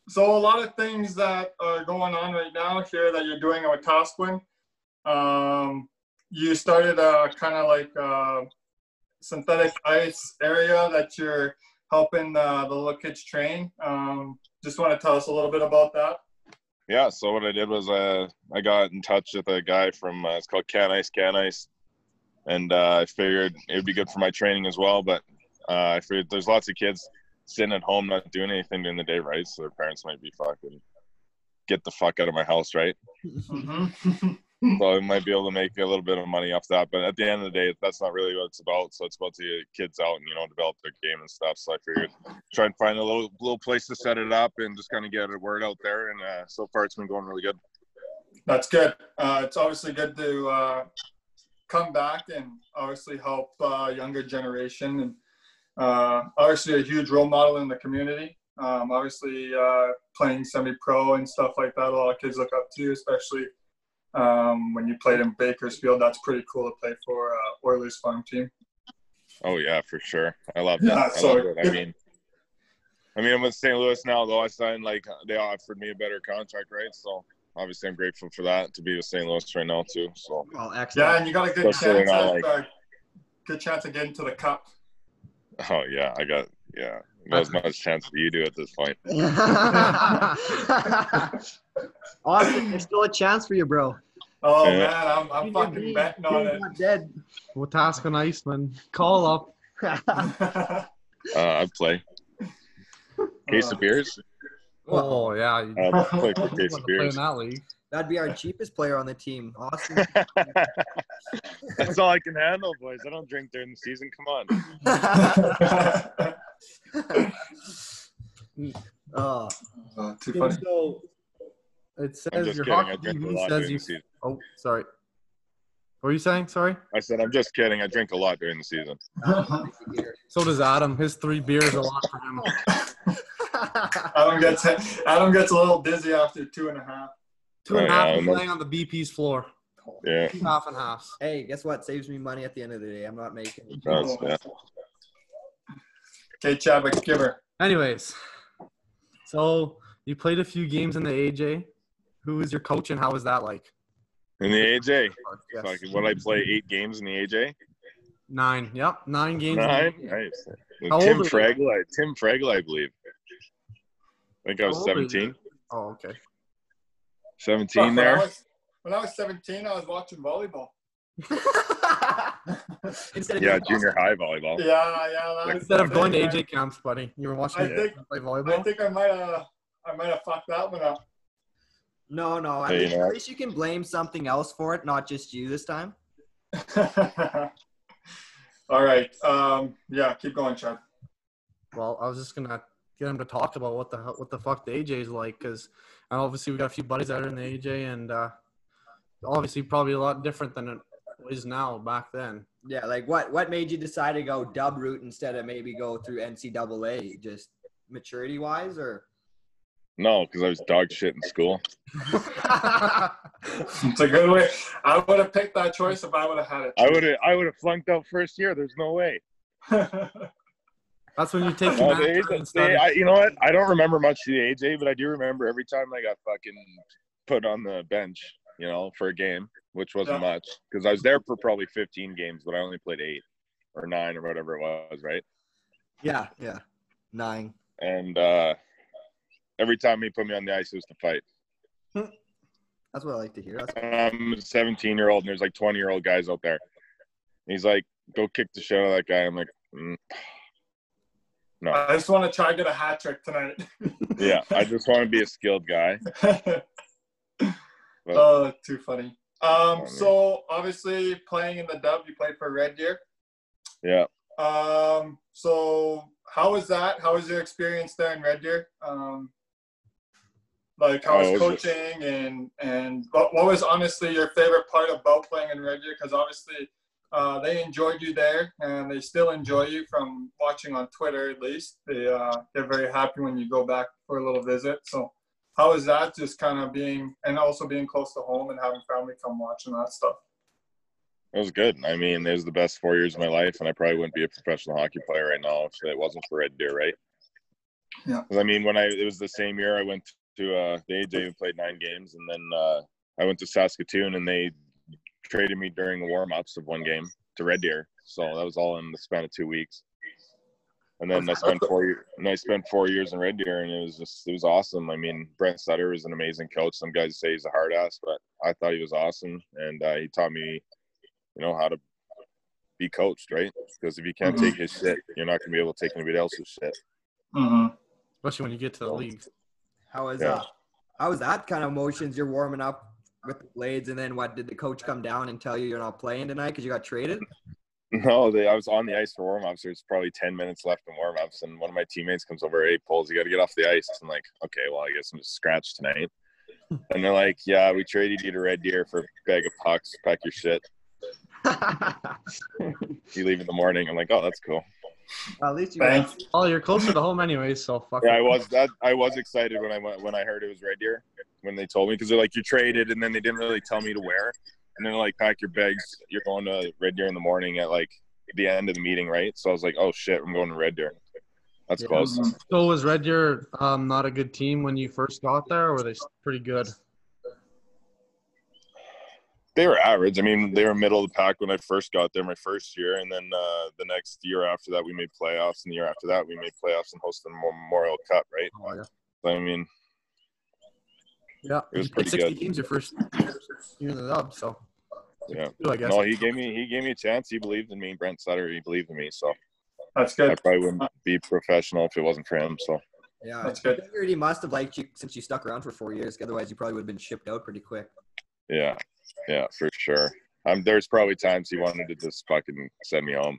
S2: so a lot of things that are going on right now here that you're doing at Wetaskiwin. Um, you started a kind of like uh synthetic ice area that you're helping uh, the little kids train. Um, just want to tell us a little bit about that.
S6: Yeah. So what I did was uh, I got in touch with a guy from uh, it's called Can Ice Can Ice, and uh, I figured it would be good for my training as well. But uh, I figured there's lots of kids sitting at home not doing anything during the day, right? So their parents might be fucking get the fuck out of my house, right?
S2: Mm-hmm.
S6: so I might be able to make a little bit of money off that. But at the end of the day, that's not really what it's about. So it's about to get kids out and you know develop their game and stuff. So I figured try and find a little little place to set it up and just kind of get a word out there. And uh, so far, it's been going really good.
S2: That's good. Uh, it's obviously good to uh, come back and obviously help uh, younger generation and uh, obviously a huge role model in the community. Um, obviously, uh, playing semi-pro and stuff like that, a lot of kids look up to you, especially um, when you played in Bakersfield. That's pretty cool to play for uh, Oilers farm team.
S6: Oh yeah, for sure. I love
S2: Yeah,
S6: that. I
S2: so-
S6: love it. I mean, I mean, I'm with St. Louis now, though. I signed like they offered me a better contract, right? So obviously I'm grateful for that to be with St. Louis right now too. So
S4: Well,
S2: Yeah,
S4: excellent.
S2: and you got a good
S6: That's
S2: chance.
S6: really not
S2: at,
S6: like-
S2: uh, good chance of getting to the cup.
S6: oh yeah, I got yeah. Not as much chance as you do at this point.
S4: Austin, there's still a chance for you, bro.
S2: Oh
S6: Yeah.
S2: man, I'm, I'm fucking betting on
S4: You're
S2: it.
S4: not dead.
S3: We'll task an Iceman. Call up.
S6: Uh, I'd play case
S2: Uh,
S6: of beers.
S4: Well,
S3: Oh, yeah. You
S6: Uh, play for
S3: don't
S6: case
S3: wanna
S6: of
S3: play in
S6: beers.
S3: that league.
S4: that'd be our cheapest player on the team, Austin.
S6: That's all I can handle, boys. I don't drink during the season. Come on.
S4: oh,
S2: Oh, too funny.
S3: So it
S6: I'm
S3: says
S6: just
S3: your
S6: kidding. I
S3: hockey
S6: drink a
S3: team
S6: lot
S3: says
S6: during
S3: you.
S6: the season.
S3: Oh, sorry. What were you saying? Sorry.
S6: I said I'm just kidding. I drink a lot during the season.
S3: So does Adam. His three beers a lot for him.
S2: Adam gets Adam gets a little dizzy after two and a half.
S3: Two and a half
S6: Oh, yeah,
S3: is
S6: I'm-
S3: laying on the BP's floor.
S6: Yeah.
S3: Half and half.
S4: hey, guess what? Saves me money at the end of the day. I'm not making.
S2: Oh.
S6: That's, yeah.
S2: Okay, Chadwick, give her.
S3: Anyways, so you played a few games in the AJ. Who was your coach and how was that like?
S6: In the AJ.
S3: Yes.
S6: Fucking, what I play eight games in the AJ?
S3: Nine. Yep. Nine games. in the
S6: Nine?
S3: AJ.
S6: Nice.
S3: How
S6: Tim
S3: old are you?
S6: Fraggle, I- Tim Fraggle, I believe. I think I
S3: How
S6: was
S3: old are you?
S6: 17.
S3: Oh, okay.
S2: Fuck,
S6: 17
S2: when I
S6: there.
S2: was- When I was 17, I was watching volleyball.
S4: Instead
S6: Yeah, junior high volleyball.
S2: Yeah, yeah. That was
S3: Instead of
S2: I
S3: going to
S2: think
S3: AJ camps, buddy, you were watching
S2: I
S3: me
S2: think-
S3: play
S2: I, I
S3: volleyball.
S2: think I might have I might have fucked that one up.
S4: No, no. At
S6: Hey, you
S4: least,
S6: know
S4: at
S6: what?
S4: least you can blame something else for it, not just you this time.
S2: All right. Um, yeah, keep going, Chad.
S3: Well, I was just gonna get him to talk about what the hell- what the fuck the AJ is like, because obviously we got a few buddies out in the AJ, and uh, obviously probably a lot different than it is now back then.
S4: Yeah, like what? What made you decide to go dub route instead of maybe go through NCAA? Just maturity wise, or
S6: No, because I was dog shit in school.
S2: It's a good way. I would have picked that choice if I would have had it.
S6: I would have I would have flunked out first year. There's no way.
S3: That's when you take
S6: No,
S3: humanitarian
S6: the AJ,
S3: studies.
S6: they- I, you know what? I don't remember much of the AJ, but I do remember every time I got fucking put on the bench, you know, for a game, which wasn't
S2: Yeah.
S6: much because I was there for probably 15 games, but I only played eight or nine or whatever it was, right?
S4: yeah, yeah, nine.
S6: And uh, every time he put me on the ice, it was to fight.
S4: That's what I like to hear. That's-
S6: And I'm a 17 year old, and there's like 20 year old guys out there. And he's like, "Go kick the shit out of that guy." I'm like, mm,
S2: I just want to try to get a hat trick tonight.
S6: "Yeah, I just want to be a skilled guy." But-
S2: oh, too funny. Um,
S6: man.
S2: so obviously playing in the dub, you played for Red Deer.
S6: Yeah.
S2: Um, so how was that? How was your experience there in Red Deer? Um, like how
S6: Oh,
S2: was
S6: it was just-
S2: coaching and and what, what was honestly your favorite part about playing in Red Deer? Because obviously uh, they enjoyed you there and they still enjoy you from watching on Twitter at least. They uh, they're very happy when you go back for a little visit. So how is that just kind of being and also being close to home and having family come watching that stuff?
S6: It was good. I mean, it was the best four years of my life, and I probably wouldn't be a professional hockey player right now if it wasn't for Red Deer, right?
S2: Yeah.
S6: 'Cause I mean, when I it was the same year I went to uh, the AJ and played nine games, and then uh, I went to Saskatoon, and they traded me during the warm ups of one game to Red Deer. So that was all in the span of two weeks. And then I spent four years, and I spent four years in Red Deer, and it was just it was awesome. I mean, Brent Sutter was an amazing coach. Some guys say he's a hard ass, but I thought he was awesome, and uh, he taught me you know how to be coached, right? Because if you can't take his shit, you're not gonna be able to take anybody else's shit.
S2: Mm-hmm.
S3: especially when you get to the league.
S4: How was
S6: Yeah.
S4: uh, how was that kind of emotions? You're warming up with the blades, and then what? Did the coach come down and tell you you're not playing tonight because you got traded?
S6: No, they, I was on the ice for warm ups. There's probably ten minutes left in warm ups, and one of my teammates comes over, hey, poles, you got to get off the ice. I'm like, okay, well, I guess I'm just scratched tonight. And they're like, yeah, we traded you to Red Deer for a bag of pucks. Pack your shit. You leave in the morning. I'm like, oh, that's cool.
S4: At least you
S2: Thanks.
S4: got
S3: Well, you're closer to home anyway, so fuck.
S6: Yeah, I
S3: it.
S6: was that I was excited when I went when I heard it was Red Deer when they told me because they're like you traded and then they didn't really tell me to wear and they're like pack your bags you're going to Red Deer in the morning at like the end of the meeting right so I was like oh shit I'm going to Red Deer that's
S4: Yeah.
S6: close
S3: So was Red Deer um, not a good team when you first got there, or were they s- pretty good?
S6: they were average. I mean, they were middle of the pack when I first got there, my first year, and then uh, the next year after that, we made playoffs, and the year after that, we made playoffs and hosted the Memorial Cup, right?
S5: Oh, yeah.
S6: So, I mean,
S5: Yeah,
S6: It was
S5: you played
S6: pretty
S5: 60
S6: good.
S5: games your first year in the dub, so
S6: Yeah.
S5: Two, I guess.
S6: no, he gave me he gave me a chance. He believed in me, Brent Sutter. He believed in me, so
S7: That's
S6: I
S7: good.
S6: probably wouldn't be professional if it wasn't for him. So
S5: yeah,
S7: That's good.
S5: You already must have liked you since you stuck around for four years. Otherwise, you probably would have been shipped out pretty quick.
S6: yeah, yeah, for sure. Um, there's probably times he wanted to just fucking send me home.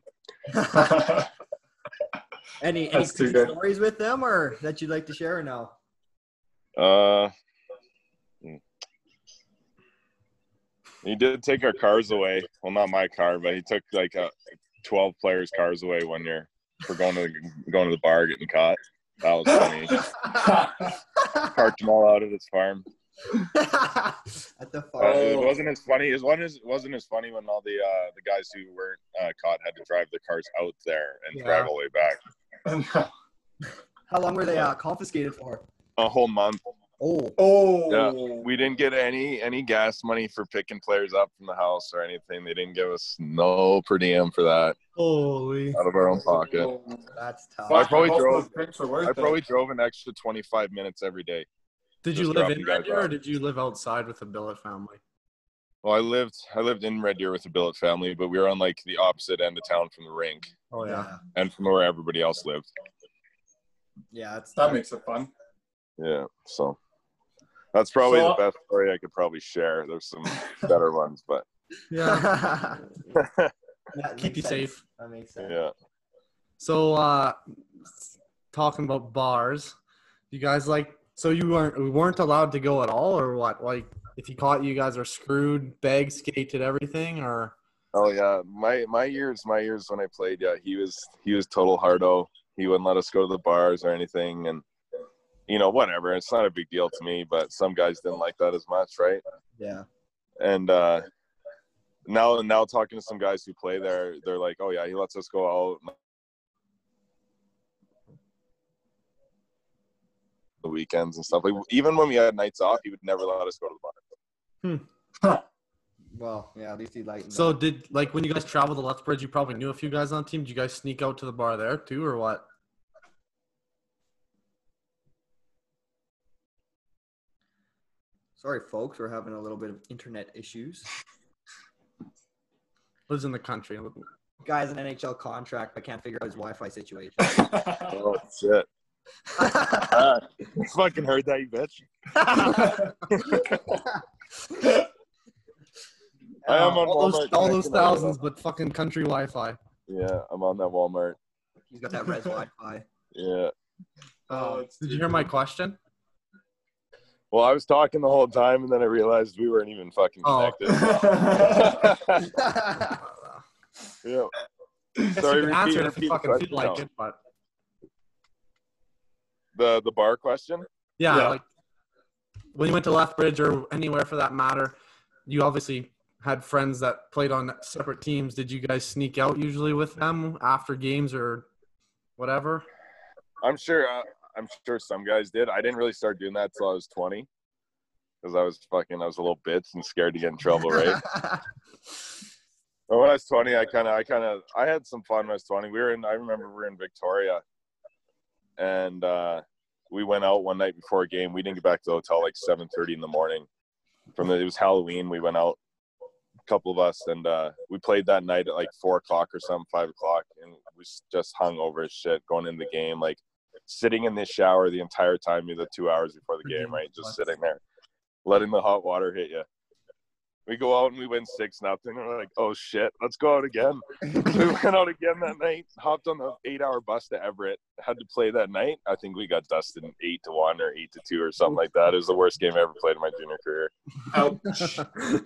S5: Any, any
S7: That's too
S5: crazy
S7: good.
S5: stories with them or that you'd like to share or no?
S6: Uh, hmm. he did take our cars away. Well, not my car, but he took like uh, twelve players' cars away one year for going to the, going to the bar, getting caught. That was funny. Parked them all out at his farm.
S5: At the
S6: Uh,
S5: farm.
S4: Oh.
S6: it wasn't as funny. It wasn't as, wasn't as funny when all the uh, the guys who weren't uh, caught had to drive the cars out there and
S5: Yeah.
S6: drive all the way back.
S5: How long were they uh, confiscated for?
S6: A whole month.
S5: Oh,
S7: oh,
S6: We didn't get any any gas money for picking players up from the house or anything. They didn't give us no per diem for that
S3: Holy.
S6: out of our own pocket.
S5: that's
S6: I
S5: tough.
S6: probably
S7: Both
S6: drove-
S7: those drinks were worth
S6: I
S7: it.
S6: probably drove an extra twenty five minutes every day.
S3: Did you
S6: Just
S3: live
S6: dropping
S3: in
S6: guys
S3: Red Deer or
S6: off.
S3: did you live outside with the billet family?
S6: Well, I lived I lived in Red Deer with the Billet family, but we were on like the opposite end of town from the rink
S3: Oh yeah.
S5: Yeah,
S6: and from where everybody else lived.
S5: yeah, that's
S7: That makes it fun.
S6: Yeah, so that's probably
S7: So-
S6: the best story I could probably share. There's some better ones, but
S5: yeah.
S4: That
S3: Keep
S4: makes
S3: you
S4: sense.
S3: safe.
S4: That makes sense.
S6: yeah,
S3: So uh talking about bars, you guys like so you weren't we weren't allowed to go at all or what? Like if he caught you, you guys are screwed, bag skated everything or
S6: oh yeah, my my years, my years when I played, yeah, he was he was total hardo. He wouldn't let us go to the bars or anything, and you know whatever. It's not a big deal to me, but some guys didn't like that as much, right?
S5: yeah.
S6: and uh now now talking to some guys who play there they're like oh yeah he lets us go out the weekends and stuff like even when we had nights off he would never let us go to the bar
S5: Well, yeah, at least he lightened
S3: so
S5: up.
S3: did like when you guys traveled to Lethbridge, you probably knew a few guys on the team. Did you guys sneak out to the bar there too or what?
S5: Sorry, folks, we're having a little bit of internet issues.
S3: Lives in the country.
S5: Guy's an NHL contract, but can't figure out his Wi Fi situation.
S6: oh shit Ah, you fucking heard that you bitch I am on
S3: all those,
S6: Walmart
S3: all those
S6: connection right
S3: thousands, but fucking country Wi Fi.
S6: yeah i'm on that walmart
S5: He's got that res Wi Fi.
S6: yeah
S7: Oh, it's
S3: Uh, Did you hear my question?
S6: well i was talking the whole time and then i realized we weren't even fucking
S3: Oh.
S6: connected yeah Sorry,
S3: you can
S6: repeat-
S3: answer it if
S6: repeat the
S3: you fucking
S6: question
S3: feel like
S6: now.
S3: it, but
S6: the the bar question
S3: yeah,
S7: Yeah.
S3: like when you went to Lethbridge or anywhere for that matter, you obviously had friends that played on separate teams. Did you guys sneak out usually with them after games or whatever?
S6: I'm sure. Uh, I'm sure some guys did. I didn't really start doing that till I was 20, because I was fucking. I was a little bitch and scared to get in trouble, right? but when I was 20, I kind of, I kind of, I had some fun. When I was 20. We were in. I remember we were in Victoria, and uh, we went out one night before a game. We didn't get back to the hotel like 7:30 in the morning. From the, it was Halloween. We went out, a couple of us, and uh, we played that night at like four o'clock or something, five o'clock, and we s- just hung over as shit going in the game, like sitting in this shower the entire time, the two hours before the game, right? Just sitting there, letting the hot water hit you. We go out and we win six nothing. We're like, oh shit, let's go out again. So we went out again that night. Hopped on the eight-hour bus to Everett. Had to play that night. I think we got dusted in eight to one or eight to two or
S4: Mm.
S6: something like that. It was the worst game I ever played in my junior career.
S7: Ouch.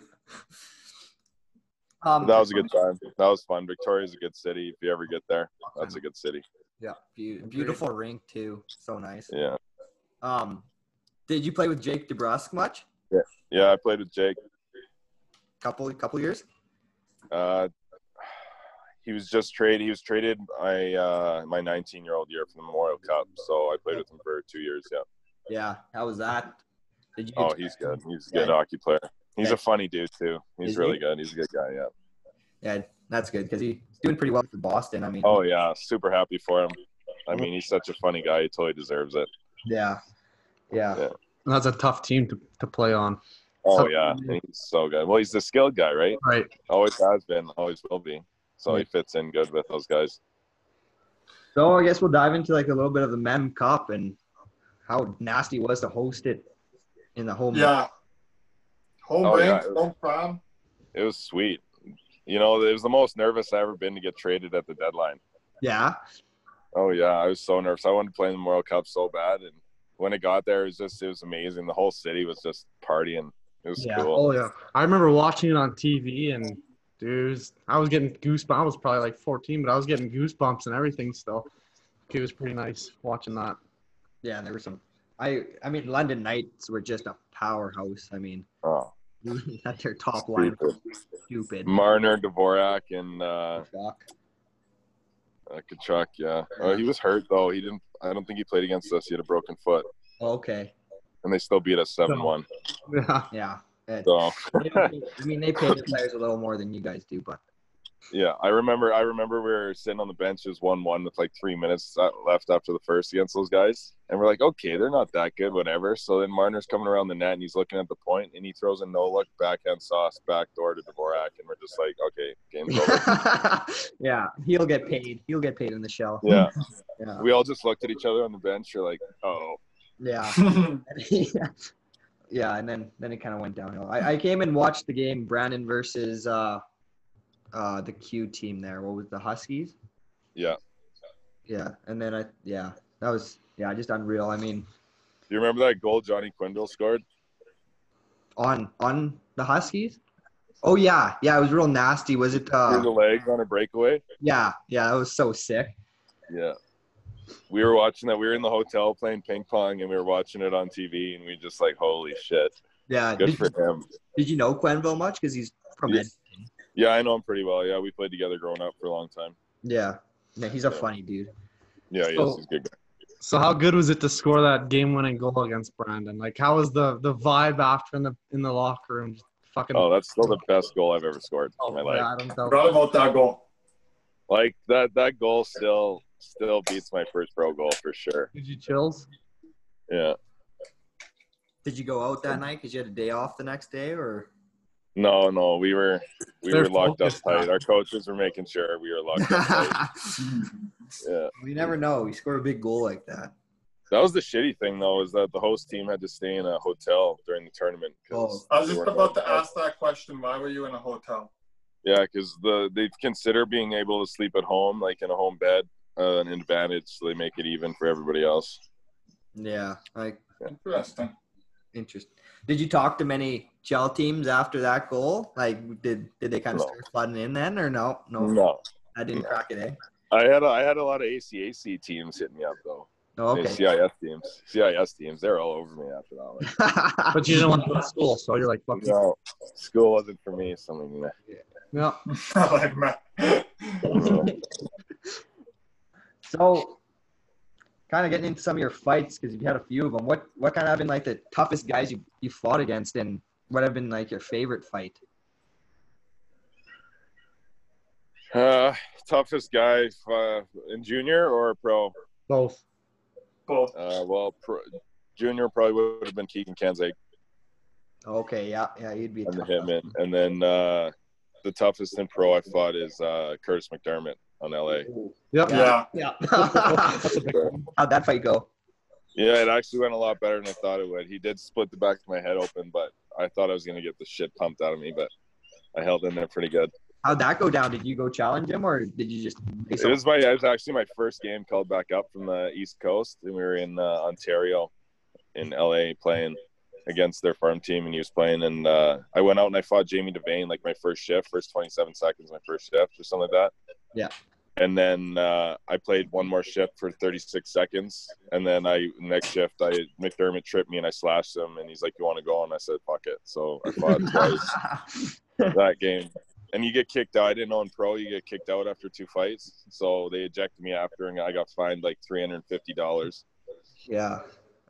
S5: um,
S6: That was a good time. That was fun. Victoria's a good city. If you ever get there, that's a good city.
S5: Yeah, beau- beautiful rink, too. So nice.
S6: Yeah,
S5: Um, did you play with Jake DeBrusque much?
S6: yeah. I played with Jake.
S5: Couple, couple years?
S6: Uh, he was just traded. He was traded my uh, my 19 year old year for the Memorial Cup. So I played with him for two years. Yeah.
S5: Yeah. How was that? Did you
S6: Oh, he's good. He's a good hockey player. He's a funny dude too. He's
S4: Is
S6: really
S4: he?
S6: good. He's a good guy. Yeah.
S4: Yeah, that's good because he's doing pretty well for Boston. I mean,
S6: Oh yeah, super happy for him. I mean, he's such a funny guy. He totally deserves it.
S4: yeah, yeah,
S3: And that's a tough team to, to play on.
S6: Oh
S3: Something
S6: yeah,
S3: new.
S6: he's so good. Well, he's the skilled guy, right?
S3: Right.
S6: Always has been, always will be. So he fits in good with those guys.
S4: So I guess we'll dive into like a little bit of the Mem Cup and how nasty it was to host it in the home.
S2: Yeah. Home
S6: Oh,
S2: rink,
S6: yeah.
S2: home farm.
S6: It was sweet. You know, it was the most nervous I ever been to get traded at the deadline.
S4: Yeah.
S6: Oh yeah, I was so nervous. I wanted to play in the World Cup so bad, and when it got there, it was just it was amazing. The whole city was just partying. It was
S4: Yeah.
S6: cool.
S3: Oh yeah. I remember watching it on TV and dudes, I was getting goosebumps. I was probably like 14, but I was getting goosebumps and everything still. It was pretty nice watching that.
S4: Yeah, there were some. I I mean, London Knights were just a powerhouse. I mean,
S6: Oh,
S4: at their top line,
S6: stupid.
S4: stupid.
S6: Marner, Dvorak, and uh,
S4: Fuck.
S6: uh, Kachuk. Yeah, oh, he was hurt though. He didn't. I don't think he played against us. He had a broken foot,
S4: Okay.
S6: and they still beat us seven-one.
S3: Yeah.
S4: Yeah. It-
S6: So
S4: they don't pay- I mean, they pay the players a little more than you guys do, but
S6: yeah, I remember. I remember we were sitting on the bench. It was one-one with like three minutes uh, left after the first against those guys, and we're like, okay, they're not that good, whatever. So then Marner's coming around the net, and he's looking at the point, and he throws a no-look backhand sauce backdoor to Dvorak, and we're just like, okay, game's over.
S4: yeah, he'll get paid. He'll get paid in the shell.
S6: yeah,
S4: Yeah.
S6: we all just looked at each other on the bench. You're like, oh,
S4: Yeah.
S2: yeah,
S4: yeah, and then then it kind of went downhill. I, I came and watched the game Brandon versus uh uh the Q team there. What was the Huskies?
S6: yeah.
S4: Yeah, and then I yeah that was yeah just unreal. I mean
S6: Do you remember that goal Johnny Quindle scored?
S4: on on the Huskies. Oh yeah, yeah it was real nasty. Was it?
S6: Through the
S4: Uh,
S6: legs on a breakaway.
S4: yeah, yeah that was so sick.
S6: Yeah. We were watching that. We were in the hotel playing ping pong and we were watching it on TV and we just like, holy shit.
S4: Yeah.
S6: Good
S4: Did,
S6: for him.
S4: did you know Quenville much? Because he's from
S6: Yeah.
S4: Ed-
S6: Yeah, I know him pretty well. Yeah, we played together growing up for a long time.
S4: yeah. Yeah, he's a funny dude.
S6: Yeah, yes, he's a good. guy.
S3: So how good was it to score that game-winning goal against Brandon? Like, how was the the vibe after in the in the locker room? Just fucking. oh,
S6: Oh, that's still the best goal I've ever scored in my life.
S3: yeah, I don't know.
S2: forgot about that goal.
S6: Like that that goal still still beats my first pro goal for sure.
S3: Did you chills?
S6: Yeah.
S4: Did you go out that night because you had a day off the next day, or?
S6: No, no, we were we
S3: They're
S6: were locked up
S3: focused now.
S6: tight. Our coaches were making sure we were locked up tight.
S4: we
S6: Yeah.
S4: never know. We score a big goal like that.
S6: That was the shitty thing though, is that the host team had to stay in a hotel during the tournament. 'cause
S4: Oh.
S2: I was
S6: they
S2: just
S6: weren't
S2: about
S6: allowed
S2: to ask that question. Why were you in a hotel?
S6: Yeah, because the they consider being able to sleep at home, like in a home bed, uh, an advantage. So they make it even for everybody else.
S4: Yeah, like
S2: Interesting.
S4: interesting. Did you talk to many gel teams after that goal? Like, did did they kind of
S6: No.
S4: start flooding in then, or no? No,
S6: No,
S4: I didn't
S6: No.
S4: crack it. Eh?
S6: I had a, I had a lot of ACAC teams hitting me up though.
S4: No,
S6: Hey,
S4: okay.
S6: CIS teams, CIS teams, they're all over me after that one.
S3: But you didn't want to go to school, so you're like, fuck
S6: No, school wasn't for me. Something like
S3: no.
S2: like, man.
S6: that.
S4: so, kind of getting into some of your fights because you've had a few of them. What what kind of have been like the toughest guys you you fought against, and what have been like your favorite fight?
S6: uh, toughest guy uh, in junior or pro?
S3: Both.
S2: Both.
S6: Uh, well, pro, junior probably would have been Keegan Kanzig.
S4: Okay, yeah, yeah, you'd be. a
S6: I'm the
S4: tough one.
S6: hitman. And then uh, the toughest in pro I fought is uh, Curtis McDermott on LA.
S3: Yep.
S2: Yeah.
S4: Yeah.
S3: That's a big one.
S4: How'd that fight go?
S6: Yeah, it actually went a lot better than I thought it would. He did split the back of my head open, but I thought I was going to get the shit pumped out of me, but I held in there pretty good.
S4: How'd that go down? Did you go challenge him, or did you just?
S6: It was my it was actually my first game called back up from the East Coast, and we were in uh, Ontario, in LA, playing against their farm team, and he was playing. And uh, I went out and I fought Jamie Devane like my first shift, first 27 seconds, my first shift or something like that.
S4: Yeah.
S6: And then uh, I played one more shift for 36 seconds, and then I next shift I McDermott tripped me and I slashed him, and he's like, "You want to go?" And I said, "Fuck it." So I fought twice that game. And you get kicked out. I didn't know in pro you get kicked out after two fights. So they ejected me after and I got fined like three hundred and fifty dollars.
S4: yeah,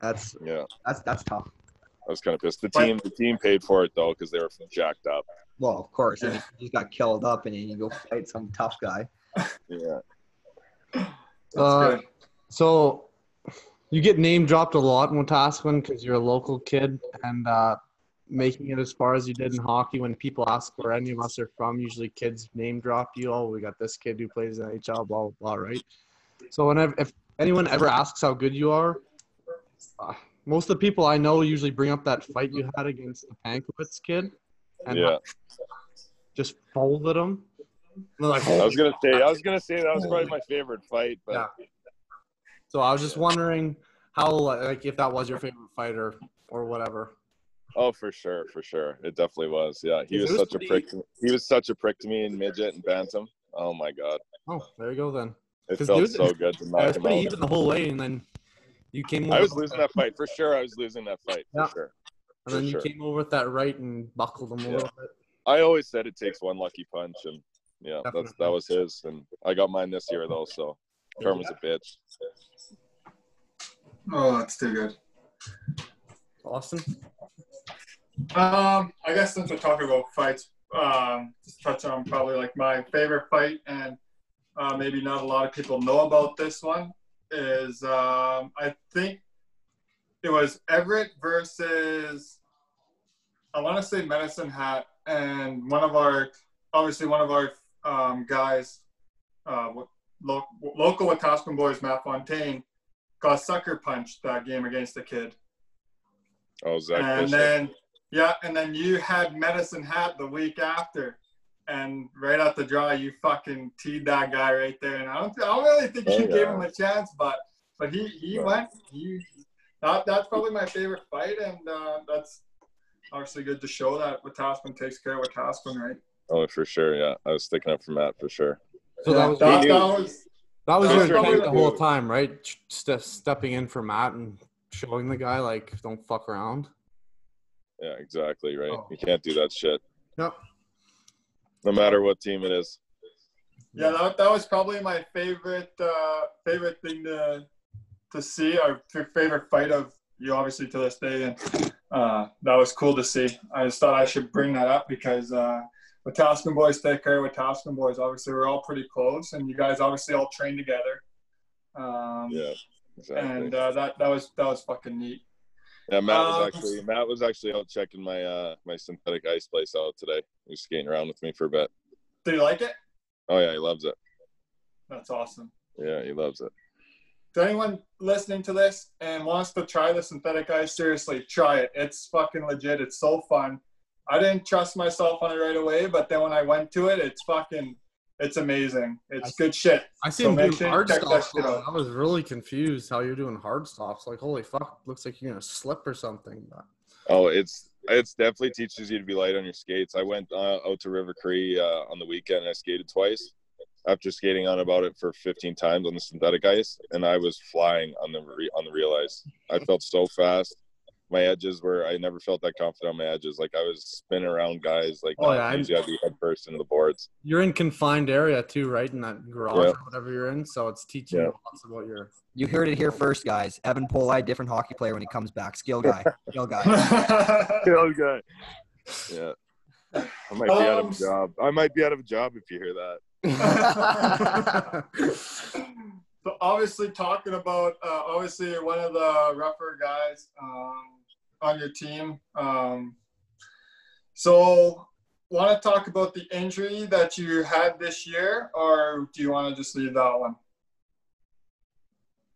S4: that's
S6: Yeah.
S4: that's that's tough.
S6: I was kind of pissed. The team, the team paid for it though because they were jacked up.
S4: Well, of course, and he just got killed up, and then you go fight some tough guy.
S6: Yeah,
S2: That's
S3: Uh,
S2: good.
S3: so you get name dropped a lot in Wetaskiwin because you're a local kid, and uh, making it as far as you did in hockey. When people ask where any of us are from, usually kids name drop you. Oh, we got this kid who plays in the NHL. Blah blah blah. Right. So whenever if anyone ever asks how good you are, uh, most of the people I know usually bring up that fight you had against the Pankowitz kid, and
S6: yeah.
S3: just folded him. And they're like, "Oh."
S6: I was gonna say, I was gonna say that was probably my favorite fight, but
S3: So I was just wondering how, like, if that was your favorite fighter or whatever.
S6: Oh, for sure, for sure. It definitely was. Yeah, he
S3: It
S6: was
S3: was
S6: such
S3: pretty-
S6: a prick. To, he was such a prick to me in midget and bantam. Oh my god,
S3: Oh, there you go then.
S6: it
S3: 'Cause
S6: felt
S3: dude-
S6: so good to
S3: I
S6: knock
S3: was
S6: him
S3: pretty
S6: out.
S3: even the whole way, and then you came. Over
S6: I was losing that fight for sure. I was losing that fight for
S3: Yeah.
S6: sure.
S3: and then
S6: for
S3: you
S6: sure.
S3: came over with that right and buckled him a
S6: Yeah.
S3: little bit.
S6: I always said it takes one lucky punch, and yeah, that's
S3: Definitely.
S6: that was his, and I got mine this year though. So karma's a bitch.
S2: Oh, that's too good.
S3: Austin,
S2: Um, I guess since we're talking about fights, um, just touch on probably like my favorite fight, and uh, maybe not a lot of people know about this one. Is um, I think it was Everett versus I want to say Medicine Hat, and one of our obviously one of our um, guys, uh, lo- local Wetaskiwin boys, Matt Fontaine, got sucker punched that game against the kid
S6: Oh, Zach
S2: and
S6: Fisher.
S2: then yeah, and then you had Medicine Hat the week after, and right out the draw, you fucking teed that guy right there. And I don't, I don't really think
S6: Oh,
S2: you gave
S6: yeah.
S2: him a chance, but but he he
S6: Right.
S2: went. He that that's probably my favorite fight, and uh, that's obviously good to show that Wataspin takes care of Wataspin, right?
S6: Oh, for sure. Yeah, I was sticking up for Matt for sure.
S3: so that was
S2: that,
S3: that,
S6: He
S2: that
S6: knew.
S2: was
S3: was
S2: that
S3: your
S2: was probably
S3: intent the
S2: the-
S3: whole time, right? Ste- stepping in for Matt and showing the guy like, don't fuck around.
S6: Yeah, exactly. Right.
S3: Oh.
S6: You can't do that shit.
S3: Yep.
S6: No matter what team it is.
S2: Yeah, that, that was probably my favorite uh, favorite thing to to see. Our f- favorite fight of you, obviously, to this day, and uh, that was cool to see. I just thought I should bring that up because uh, with Tasman boys, take care with Tasman boys. Obviously, we're all pretty close, and you guys obviously all train together. Um,
S6: Yeah. Exactly.
S2: And uh, that that was that was fucking neat.
S6: Yeah, Matt was
S2: Um,
S6: actually Matt was actually out checking my uh my synthetic ice place out today. He was skating around with me for a bit.
S2: Did you like it?
S6: Oh yeah, he loves it.
S2: That's awesome.
S6: Yeah, he loves it.
S2: to anyone listening to this and wants to try the synthetic ice, seriously, try it. It's fucking legit. It's so fun. I didn't trust myself on it right away, but then when I went to it, it's fucking, it's amazing. It's good shit.
S3: I see
S2: So
S3: him
S2: make
S3: doing
S2: sure you
S3: hard
S2: check that
S3: stops.
S2: shit out.
S3: I was really confused how you're doing hard stops. Like, holy fuck, looks like you're gonna slip or something. But
S6: Oh, it's it's definitely teaches you to be light on your skates. I went uh, out to River Cree uh, on the weekend. and I skated twice. After skating on about it for 15 times on the synthetic ice, and I was flying on the re- on the real ice. I felt so fast. My edges were I never felt that confident on my edges. Like I was spinning around guys. Like
S3: Oh, yeah, I'm-
S6: usually I'd be head first into the boards.
S3: you're in confined area too, right? In that garage
S6: Yeah.
S3: or whatever you're in, so it's teaching
S6: Yeah.
S3: you lots about your.
S4: You heard it here first, guys. Evan Poli, different hockey player when he comes back. Skill guy, skill guy.
S6: Kill guy. Yeah. I might be out
S2: Um,
S6: of a job. I might be out of a job if you hear that.
S2: so obviously talking about uh, obviously you're one of the rougher guys um, on your team um, so want to talk about the injury that you had this year or do you want to just leave that one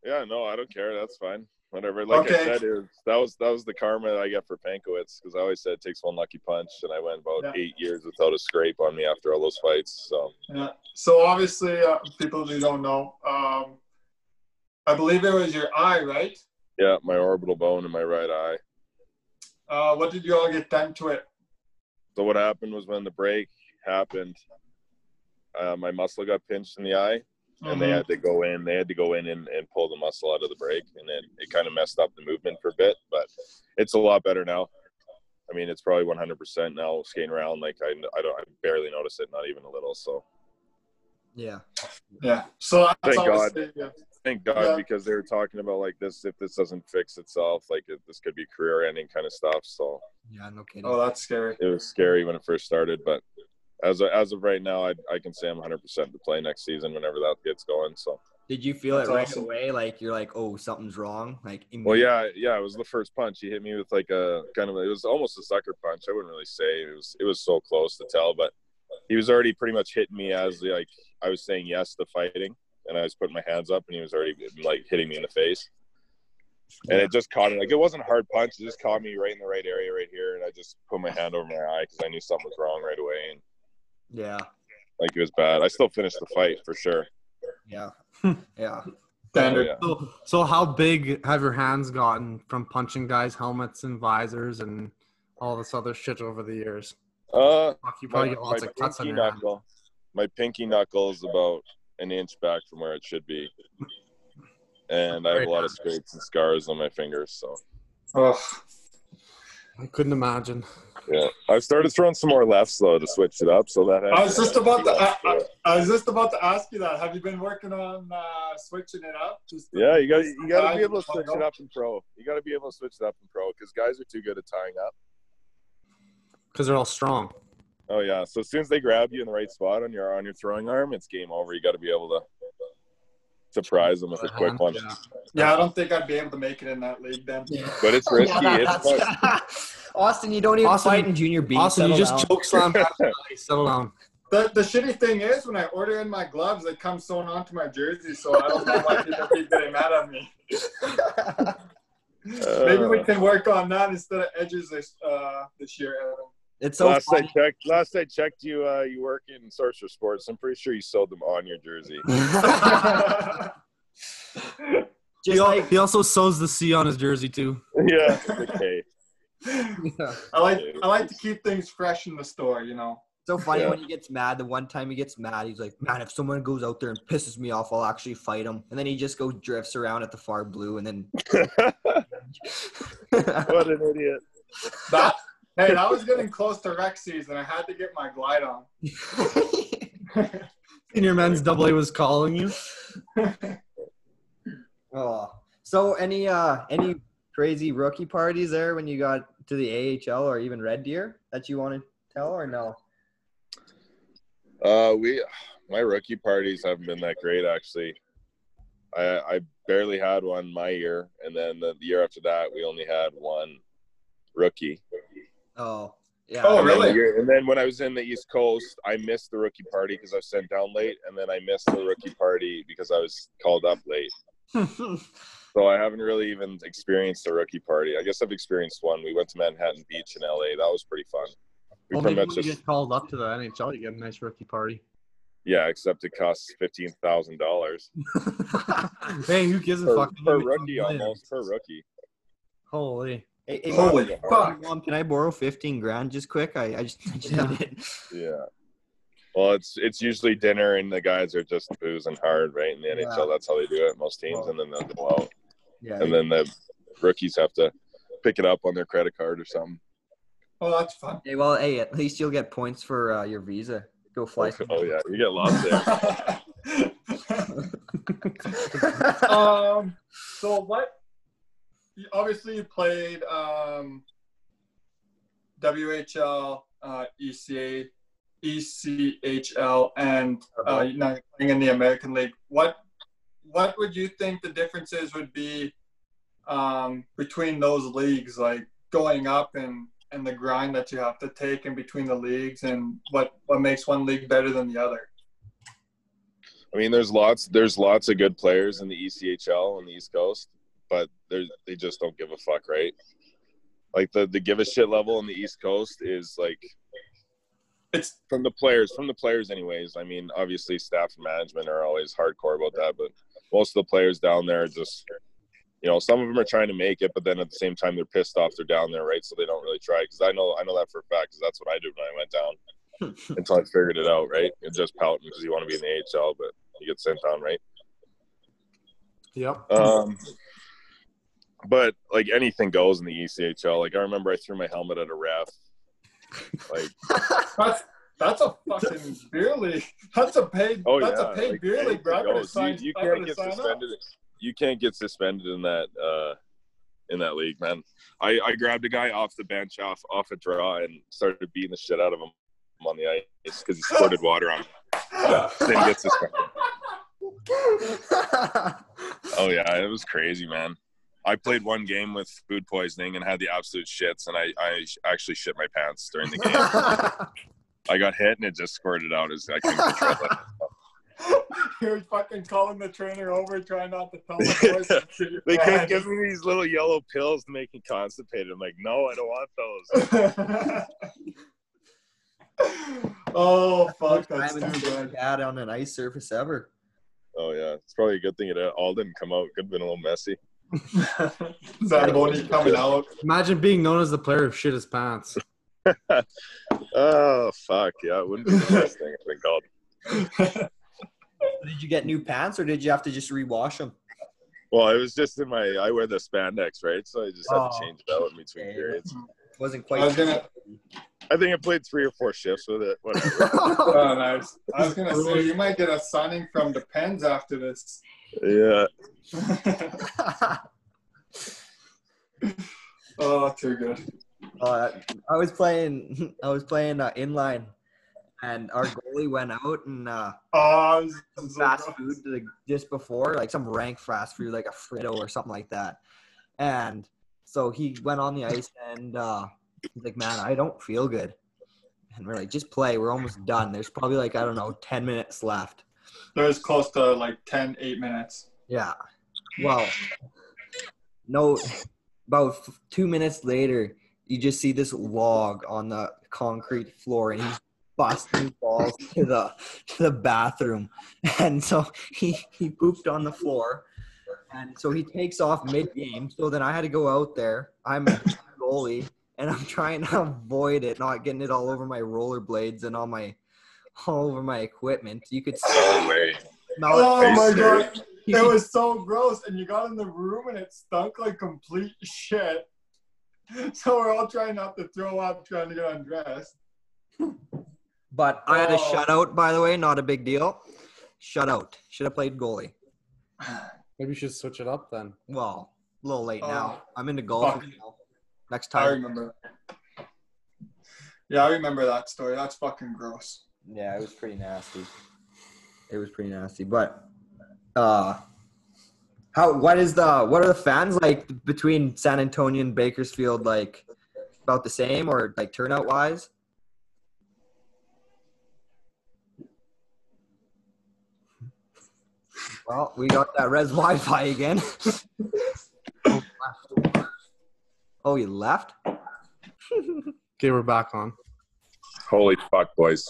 S6: Yeah, no, I don't care. That's fine. Whatever. Like I
S2: Okay.
S6: said, it was, that was that was the karma that I get for Pankowitz because I always said it takes one lucky punch, and I went about
S2: Yeah.
S6: eight years without a scrape on me after all those fights. So
S2: yeah. so obviously uh, people who don't know um, i believe it was your eye right
S6: yeah, my orbital bone in my right eye.
S2: uh, what did you all get done to it
S6: So what happened was when the break happened, uh, my muscle got pinched in the eye, and they
S2: Mm-hmm.
S6: had to go in. They had to go in and, and pull the muscle out of the break, and then it kind of messed up the movement for a bit. But it's a lot better now. I mean, it's probably 100% now skating around. Like I, I don't, I barely notice it, not even a little. So
S4: Yeah.
S2: yeah so that's
S6: Thank God.
S2: obviously, yeah.
S6: thank God
S2: Yeah.
S6: because they were talking about like this. If this doesn't fix itself, like it, this could be career-ending kind of stuff. So
S4: Yeah, no kidding.
S2: Oh, that's scary.
S6: it was scary when it first started, but as of, as of right now, I I can say I'm 100 percent to play next season whenever that gets going. So
S4: Did you feel
S2: That's
S4: it right
S2: awesome.
S4: away? Like you're like, oh, something's wrong. Like
S6: well, Oh, yeah, yeah, it was the first punch. He hit me with like a kind of it was almost a sucker punch. I wouldn't really say it was it was so close to tell, but he was already pretty much hitting me as like I was saying yes to fighting, and I was putting my hands up, and he was already like hitting me in the face. And it just caught me. Like it wasn't a hard punch. It just caught me right in the right area, right here. And I just put my hand over my eye because I knew something was wrong right away. And
S4: Yeah,
S6: like it was bad. I still finished the fight for sure.
S4: yeah, yeah.
S6: Oh,
S2: Standard.
S6: yeah.
S3: So, so how big have your hands gotten from punching guys' helmets and visors and all this other shit over the years?
S6: Uh,
S3: Fuck, you
S6: my,
S3: probably get lots
S6: my
S3: of cuts on
S6: pinky
S3: your hand.
S6: knuckle. My pinky knuckle is about an inch back from where it should be, and I have a lot of scrapes and scars on my fingers. So
S2: Oh,
S3: I couldn't imagine.
S6: yeah, I've started throwing some more lefts though to switch it up. So that
S2: I was just about to. I, I, I was just about to ask you that. Have you been working on uh, switching it up? Just
S6: Yeah, you got you got to be able to switch it up in pro. You got to be able to switch it up in pro because guys are too good at tying up.
S3: Because they're all strong.
S6: Oh yeah, so as soon as they grab you in the right spot on your on your throwing arm, it's game over. You got to be able to surprise them with a quick one.
S3: Uh-huh. Yeah.
S2: Yeah, I don't think I'd be able to make it in that league then.
S6: But it's risky. It's fun.
S4: Austin, you don't even
S3: Austin-
S4: fight in junior B.
S3: Austin, you
S4: Settle
S3: just
S4: down.
S3: choke slam back to the ice. Settle down.
S2: The, the shitty thing is, when I order in my gloves, they come sewn onto my jersey, so I don't know why people keep getting mad at me. Maybe we
S6: Uh,
S2: can work on that instead of edges this uh, this year. Adam.
S4: It's so
S6: last
S4: funny.
S6: I checked, last I checked, you uh, you work in Sorcerer Sports. I'm pretty sure you sold them on your jersey.
S4: Just
S3: He, al-
S4: like
S3: he also sews the C on his jersey too.
S6: yeah. Okay.
S2: I like I like to keep things fresh in the store, you know.
S4: so funny
S6: Yeah.
S4: when he gets mad. The one time he gets mad, he's like, "Man, if someone goes out there and pisses me off, I'll actually fight him." And then he just goes drifts around at the far blue, and then
S6: What an idiot.
S2: That hey, that was getting close to rec season. I had to get my glide on.
S3: Senior men's double A was calling you.
S4: oh. So any uh any crazy rookie parties there when you got to the AHL or even Red Deer that you want to tell or no?
S6: Uh, we, my rookie parties haven't been that great actually. I I barely had one my year, and then the, the year after that, we only had one rookie.
S4: Oh yeah.
S2: Oh,
S6: And then the
S2: really?
S6: year- and then when I was in the East Coast, I missed the rookie party because I was sent down late, and then I missed the rookie party because I was called up late. So I haven't really even experienced a rookie party. I guess I've experienced one. We went to Manhattan Beach in LA. That was pretty fun. We
S3: Well,
S6: pretty
S3: maybe
S6: much
S3: when Oh, you
S6: just
S3: get called up to the NHL, you get a nice rookie party.
S6: yeah, except it costs fifteen thousand dollars
S3: Hey, who gives a
S6: per
S3: fuck?
S6: per rookie almost per rookie.
S3: Holy.
S4: Hey, hey,
S6: Oh,
S2: Holy
S4: Mom,
S2: fuck.
S4: Mom, can I borrow fifteen grand just quick? I, I just, I just
S3: Yeah.
S4: need it.
S6: Yeah. Well, it's it's usually dinner, and the guys are just boozing hard, right? In the
S4: Yeah.
S6: NHL, that's how they do it. Most teams, and then they'll go out,
S4: Yeah.
S6: and then the rookies have to pick it up on their credit card or something.
S2: Oh, that's fun.
S4: Hey, well, hey, at least you'll get points for uh, your visa. Go fly.
S6: Oh, oh, yeah, you get lost there.
S2: um, so what? You, obviously, you played um, WHL, uh, ECA, E ECHL, and uh, you're now playing in the American League. What What would you think the differences would be um, between those leagues, like going up and and the grind that you have to take in between the leagues, and what what makes one league better than the other?
S6: I mean, there's lots there's lots of good players in the E ECHL on the East Coast, but they they just don't give a fuck, right? Like the the give a shit level on the East Coast is like
S2: It's
S6: from the players from the players anyways. I mean, obviously staff and management are always hardcore about that, but most of the players down there are just you know, some of them are trying to make it, but then at the same time they're pissed off they're down there, right? So they don't really try. Because I know I know that for a fact. Because that's what I did when I went down until I figured it out, right? And just pouting because you want to be in the AHL, but you get sent down, right?
S3: Yep.
S6: Um, but like anything goes in the E ECHL. Like I remember I threw my helmet at a ref. Like
S2: that's that's a fucking fucking beer league. That's a paid.
S6: Oh
S2: that's
S6: yeah,
S2: a paid
S6: like,
S2: beer league, bro. I
S6: no,
S2: would've
S6: you- Oh,
S2: signed-
S6: you,
S2: I
S6: can't
S2: would've
S6: get
S2: signed up.
S6: suspended. You can't get suspended in that uh, in that league, man. I, I grabbed a guy off the bench, off off a draw, and started beating the shit out of him on the ice because he squirted water on. Him. Yeah, didn't get suspended. Oh yeah, it was crazy, man. I played one game with food poisoning and had the absolute shits, and I, I sh- actually shit my pants during the game. I got hit and it just squirted out. As I couldn't control it.
S2: You're fucking calling the trainer over, trying not to tell the boys.
S6: They kept giving me these little yellow pills to make me constipated. I'm like, no, I don't want those.
S2: oh fuck,
S4: I
S2: that's
S4: haven't
S2: too
S4: seen
S2: bad.
S4: that on an ice surface ever.
S6: Oh yeah, it's probably a good thing it all didn't come out. Could have been a little messy.
S2: Zamboni coming out.
S3: Imagine being known as the player who shit his pants.
S6: Oh fuck, yeah, it wouldn't be the best thing I've been called.
S4: Did you get new pants or did you have to just rewash them?
S6: Well, I was just in my. I wear the spandex, right? So I just had
S4: Oh.
S6: to change it out in between
S4: Okay.
S6: periods.
S4: Wasn't quite.
S2: I was gonna.
S6: I think I played three or four shifts with it. Whatever.
S2: Oh, nice. I was gonna say you might get a signing from the Pens after this.
S6: yeah.
S2: oh, too good.
S4: Uh, I was playing. I was playing uh, inline, and our goalie went out and uh,
S2: Oh, this
S4: some
S2: is so
S4: fast
S2: gross.
S4: food to the, just before, like some rank fast food, like a Frito or something like that. And so he went on the ice and uh, he's like, "Man, I don't feel good." And we're like, "Just play. We're almost done. There's probably like I don't know, ten minutes left."
S2: There's close to like 10, 8 minutes.
S4: Yeah. Well, no, about f- two minutes later, you just see this log on the concrete floor, and he's busting balls to the to the bathroom, and so he he pooped on the floor, and so he takes off mid game. So then I had to go out there. I'm a goalie, and I'm trying to avoid it, not getting it all over my rollerblades and all my all over my equipment. You could
S6: No way.
S4: smell it.
S2: Oh my
S6: serious?
S2: god, it was so gross. And you got in the room and it stunk like complete shit. So we're all trying not to throw up, trying to get undressed.
S4: But I had a
S2: Oh.
S4: shutout, by the way, not a big deal. Shutout. Should have played goalie.
S3: Maybe you should switch it up then.
S4: Well, a little late now. I'm into
S2: Oh. fuck.
S4: golf now. Next
S2: I
S4: time.
S2: remember. Yeah, I remember that story. That's fucking gross.
S4: Yeah, it was pretty nasty. It was pretty nasty. But uh how what is the what are the fans like between San Antonio and Bakersfield like about the same or like turnout wise? Well, we got that res Wi Fi again. oh, you left?
S3: Okay, we're back on.
S6: Holy fuck, boys.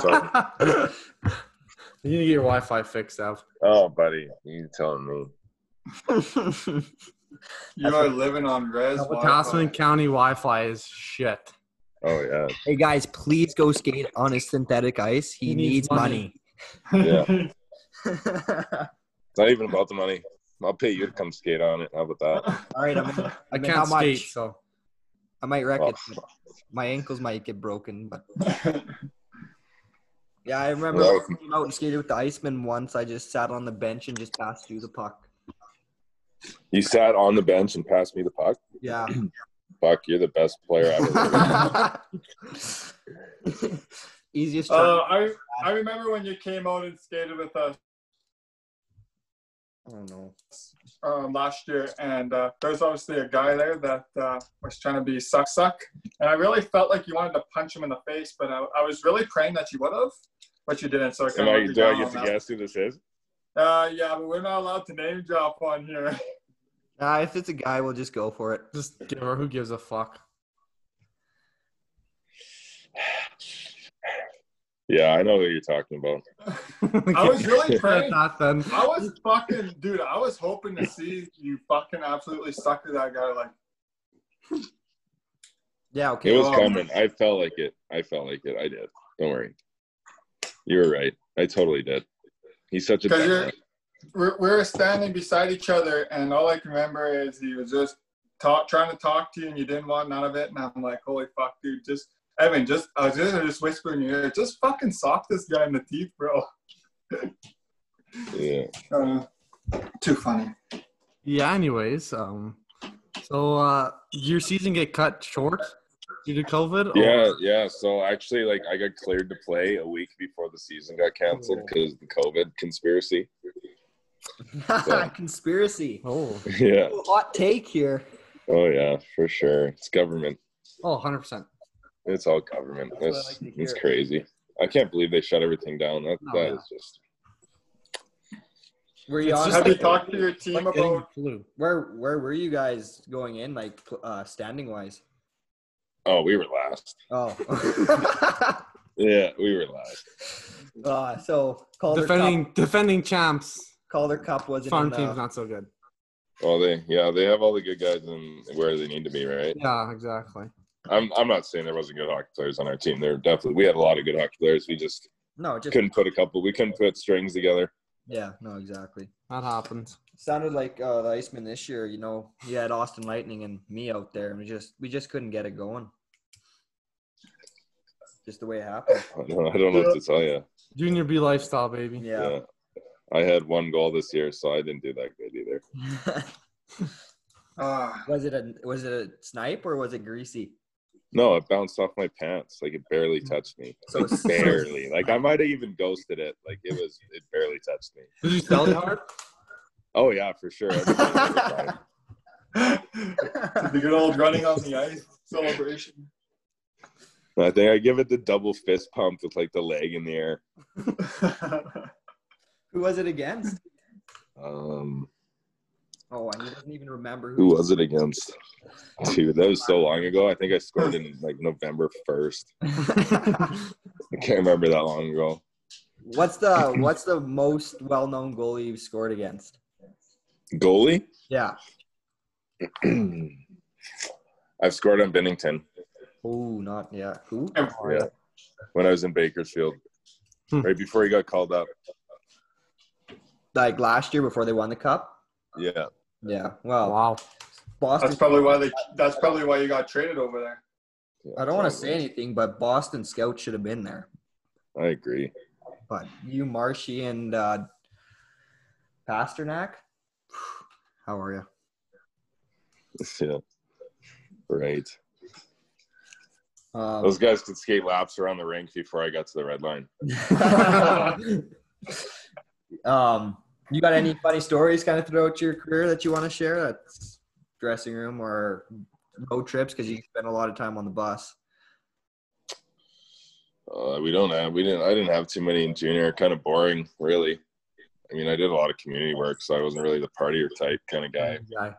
S6: Sorry.
S3: You need to get your Wi-Fi fixed, Ev.
S6: oh, buddy, you telling me?
S2: You are living on res.
S3: Tasman County Wi-Fi is shit.
S6: Oh yeah.
S4: hey guys, please go skate on his synthetic ice. He,
S3: He needs
S4: needs, money.
S6: Yeah. It's not even about the money. I'll pay you to come skate on it. How about that?
S4: All right, I'm, I
S3: I
S4: mean,
S3: can't
S4: how much?
S3: skate, so
S4: I might wreck
S6: Oh,
S4: it. but My ankles might get broken, but
S2: Uh,
S4: yeah, I remember
S6: Well-
S4: when I came out and skated with the Iceman once. I just sat on the bench and just passed through the puck.
S6: You sat on the bench and passed me the puck.
S4: Yeah.
S6: Fuck, you're the best player ever.
S4: Easiest.
S2: Uh,
S4: turn.
S2: I I remember when you came out and skated with us
S4: I don't know.
S2: um, last year, and uh, there was obviously a guy there that uh, was trying to be suck suck, and I really felt like you wanted to punch him in the face, but I, I was really praying that you would have, but you didn't. So I
S6: Am
S2: kind
S6: I,
S2: of
S6: do I get to guess who this is?
S2: Uh, yeah, but we're not allowed to name drop on here.
S4: Nah, if it's a guy, we'll just go for it.
S3: just give her. Who gives a fuck?
S6: Yeah, I know who you're talking about.
S2: I was really
S3: At
S2: praying.
S3: that then.
S2: I was fucking dude. I was hoping to see you fucking absolutely suck to that guy. Like
S4: Yeah.
S6: It
S4: Okay.
S6: was
S2: Oh.
S6: coming. I felt like it. I felt like it. I did. Don't worry. You were right. I totally did. He's such a
S2: because you're
S6: dumb.
S2: we're, we're standing beside each other, and all I can remember is he was just talk, trying to talk to you, and you didn't want none of it. And I'm like, holy fuck, dude, just Evan, just I was just gonna just whisper in your ear, just fucking sock this guy in the teeth, bro.
S6: Yeah.
S2: Uh, too funny.
S3: Yeah. Anyways, um, so uh, did your season get cut short due to COVID? Oh. or-
S6: Yeah, yeah. So actually, like, I got cleared to play a week before the season got canceled because of the COVID conspiracy.
S4: Conspiracy.
S3: Oh.
S6: Yeah.
S4: Hot take here.
S6: Oh yeah, for sure. It's government.
S3: Oh, 100 percent.
S6: It's all government.
S4: That's what I
S6: That's
S4: like to
S6: it's
S4: hear. Oh,
S6: crazy. I can't believe they shut everything down. That
S3: No,
S6: that is
S3: yeah.
S6: just
S4: Were you
S3: It's
S4: on?
S3: just
S2: Have you
S3: like-
S2: talked to your team
S3: Like getting the
S2: about?
S3: flu.
S4: where where were you guys going in, like pl- uh, standing wise?
S6: oh, we were last.
S4: Oh.
S6: Yeah, we were last.
S4: uh, so Calder
S3: Defending
S4: Cup.
S3: defending champs.
S4: Calder Cup wasn't
S3: Farm
S4: in uh, the-
S3: team's not so good.
S6: Well, they yeah they have all the good guys in where they need to be, right?
S3: Yeah, exactly.
S6: I'm I'm not saying there wasn't good hockey players on our team. There were definitely we had a lot of good hockey players. We just
S4: No, just
S6: couldn't put a couple. We couldn't put strings together.
S4: yeah. No, exactly.
S3: That happens.
S4: Sounded like uh, the Iceman this year. You know, he had Austin Lightning and me out there, and we just we just couldn't get it going. Just the way it happened.
S6: I don't know, I don't know what to tell you.
S3: Junior B lifestyle, baby.
S4: Yeah.
S6: I had one goal this year, so I didn't do that good either.
S2: Uh,
S4: was it a was it a snipe or was it greasy?
S6: No, it bounced off my pants. Like it barely touched me.
S4: Mm. So it's-
S6: barely. Like I might have even ghosted it. Like it was. It barely touched me.
S3: Did you sell it hard?
S6: Oh yeah, for sure. Every time, every time.
S2: uh, the good old running on the ice celebration.
S6: I think I give it the double fist pump with like the leg in the air.
S4: Who was it against?
S6: Um,
S4: Oh, I doesn't even remember
S6: who
S4: who.
S6: was it against? Dude, that was so long ago. I think I scored in like November first. I can't remember that long ago.
S4: What's the what's the most well known goalie you've scored against?
S6: Goalie.
S4: Yeah.
S6: I've scored on Bennington.
S4: Oh, not yeah. Who?
S6: Yeah. When I was in Bakersfield,
S3: Hmm.
S6: right before he got called up.
S4: Like last year before they won the cup.
S6: Yeah.
S4: Yeah. Well,
S3: Wow.
S4: Boston.
S2: That's probably why they. That's probably why you got traded over there.
S4: I don't want to say anything, but Boston Scout should have been there.
S6: I agree.
S4: But you, Marshy, and uh, Pasternak. How are you?
S6: Yeah. Right.
S4: Um,
S6: Those guys could skate laps around the rink before I got to the red line.
S4: um, you got any funny stories kind of throughout your career that you want to share? That's dressing room or road trips because you spent a lot of time on the bus.
S6: Uh, we don't have we didn't I didn't have too many in junior. Kind of boring, really. I mean, I did a lot of community work, so I wasn't really the partier type kind of guy.
S4: Yeah.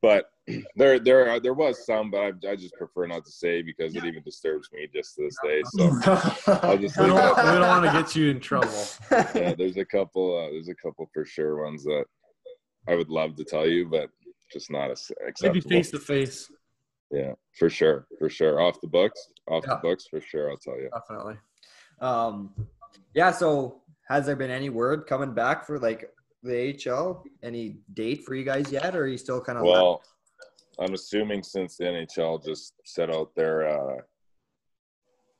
S6: But there there are, there was some, but I, I just prefer not to say because it even disturbs me just to this day. So I'll just
S3: We
S6: leave it
S3: don't, we
S6: at that.
S3: don't want to get you in trouble.
S6: yeah, there's a couple. Uh, there's a couple for sure ones that I would love to tell you, but just not as
S3: Maybe
S6: acceptable.
S3: face to face.
S6: Yeah, for sure, for sure. Off the books, off
S4: Yeah.
S6: the books for sure. I'll tell you.
S3: Definitely.
S4: Um, yeah. So, has there been any word coming back for like the AHL? Any date for you guys yet, or are you still
S3: Uh,
S4: kind of
S6: Well, I'm assuming since the NHL just set out their uh,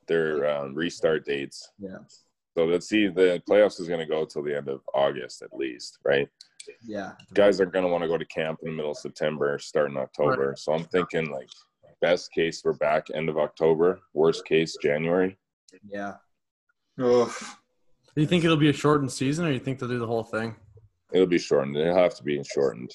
S6: their um, restart dates.
S4: Yeah.
S6: So let's see. The playoffs is going to go till the end of August at least, right?
S4: yeah?
S6: Guys are going to want to go to camp in the middle of September, starting October. So I'm thinking like best case we're back end of October. Worst case January.
S4: Yeah.
S2: Oof.
S3: Do you think it'll be a shortened season, or you think they'll do the whole thing?
S6: It'll be shortened. It'll have to be shortened.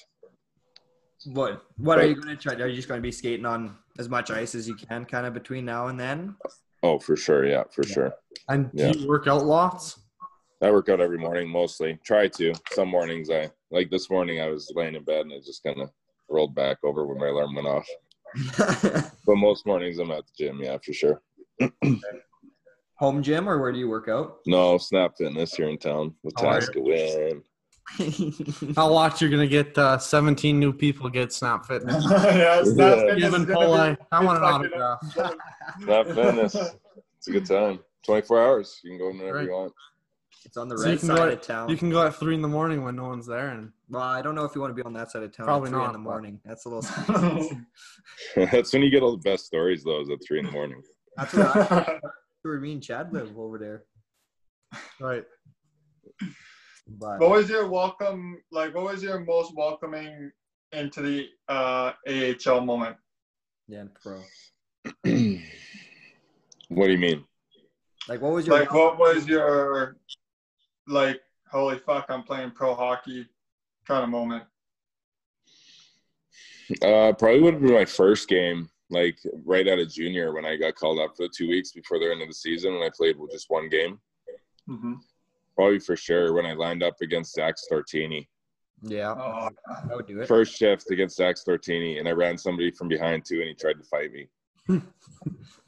S4: What What are you going to try? Are you just going to be skating on as much ice as you can, kind of between now and then?
S6: Oh, for sure. Yeah, for sure.
S3: And do
S6: Yeah.
S3: you work out lots?
S6: I work out every morning mostly. Try to. Some mornings I like this morning I was laying in bed and I just kinda rolled back over when my alarm went off. But most mornings I'm at the gym, yeah, for sure.
S4: Home gym, or where do you work out?
S6: No, Snap Fitness here in town with
S3: Oh, yeah.
S6: Taska Win.
S3: I'll watch. You're gonna get uh, 17 new people get Snap Fitness.
S2: yeah, it's not-
S6: Yeah.
S2: it's gonna
S3: Given
S2: be-
S3: Poli, I want an
S2: it's not gonna-
S3: autograph.
S6: Snap Fitness. It's a good time. Twenty four hours. You can go whenever you want.
S4: It's on the
S3: So you
S4: right
S3: can
S4: side
S3: go-
S4: of town.
S3: You can go at three in the morning when no one's there, and
S4: well, I don't know if you want to be on that side of town. at
S3: Probably
S4: three
S3: not,
S4: in the
S3: but-
S4: morning. That's a little.
S6: That's when you get all the best stories though, is at three in the morning.
S4: That's what I, that's where me and Chad live over there.
S3: Right.
S4: But
S2: What was your welcome like? What was your most welcoming into the uh, AHL moment?
S4: yeah, pro.
S6: What do you mean?
S4: Like, what was your
S2: Like, what was your like? Holy fuck! I'm playing pro hockey kind of moment.
S6: Uh, probably would have been my first game, like right out of junior when I got called up for the two weeks before the end of the season, and I played with just one game.
S2: Mm-hmm.
S6: Probably for sure when I lined up against Zach Stortini.
S4: yeah?
S2: Oh,
S4: I would do it.
S6: First shift against Zach Stortini, and I ran somebody from behind too, and he tried to fight me.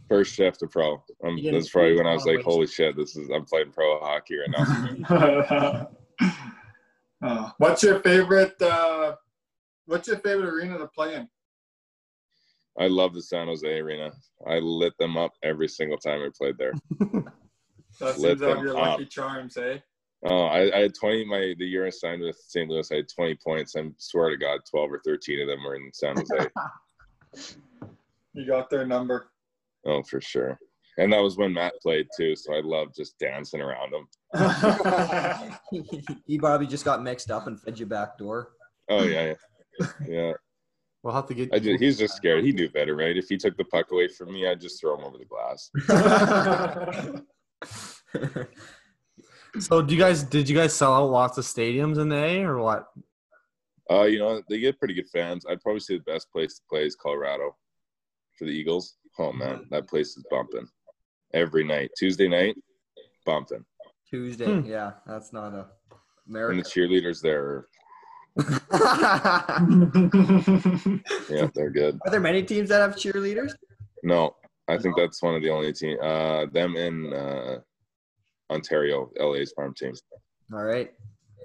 S6: First shift to pro. Um,
S4: You didn't-
S6: that's probably when I was like, "Holy shit, this is I'm playing pro hockey right now."
S2: Uh, what's your favorite? Uh, what's your favorite arena to play in?
S6: I love the San Jose Arena. I lit them up every single time I played there.
S2: That
S6: Let
S2: seems out of
S6: them
S2: your
S6: up.
S2: lucky charms, eh?
S6: Oh, I, I had 20. My the year I signed with St. Louis, I had 20 points. I swear to God, 12 or 13 of them were in San Jose.
S2: You got their number.
S6: oh, for sure. And that was when Matt played too, so I loved just dancing around him.
S2: yeah,
S4: he probably E just got mixed up and fed you back door.
S6: Oh yeah, yeah. yeah.
S3: We'll have to get.
S6: I just, he's just scared. He knew better, right? If he took the puck away from me, I'd just throw him over the glass.
S3: so, do you guys did you guys sell out lots of stadiums in the A or what?
S6: Uh, you know, they get pretty good fans. I'd probably say the best place to play is Colorado for the Eagles. Oh man, that place is bumping every night. Tuesday night, bumping,
S4: Tuesday,
S3: Hmm.
S4: yeah, that's not
S6: and
S4: a
S6: the
S4: American.
S6: cheerleaders there. Are,
S4: Are
S6: yeah, they're good.
S4: there many teams that have cheerleaders?
S6: No, I think that's one of the only team. Uh, them in uh, Ontario, LA's farm team.
S4: All right,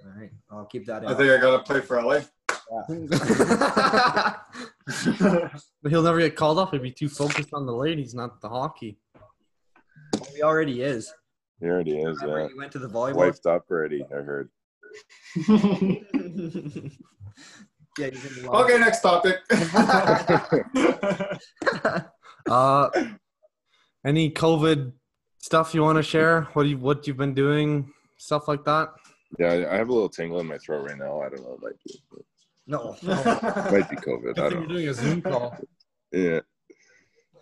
S4: all right, I'll keep that
S2: I
S4: in.
S2: think I gotta play for LA.
S3: But he'll never get called up. He'd be too focused on the ladies, not the hockey.
S4: he already is.
S6: There it is.
S4: Remember,
S6: Yeah,
S4: he went to the volleyball.
S6: wiped up already. I heard.
S4: yeah, he's in the
S2: okay, next topic.
S3: Uh, any COVID stuff you want to share? What you what you've been doing, stuff like that.
S6: Yeah, I- I have a little tingle in my throat right now. I don't know. It
S4: No,
S6: might be, might be COVID. I don't know.
S3: doing a Zoom call.
S6: Yeah.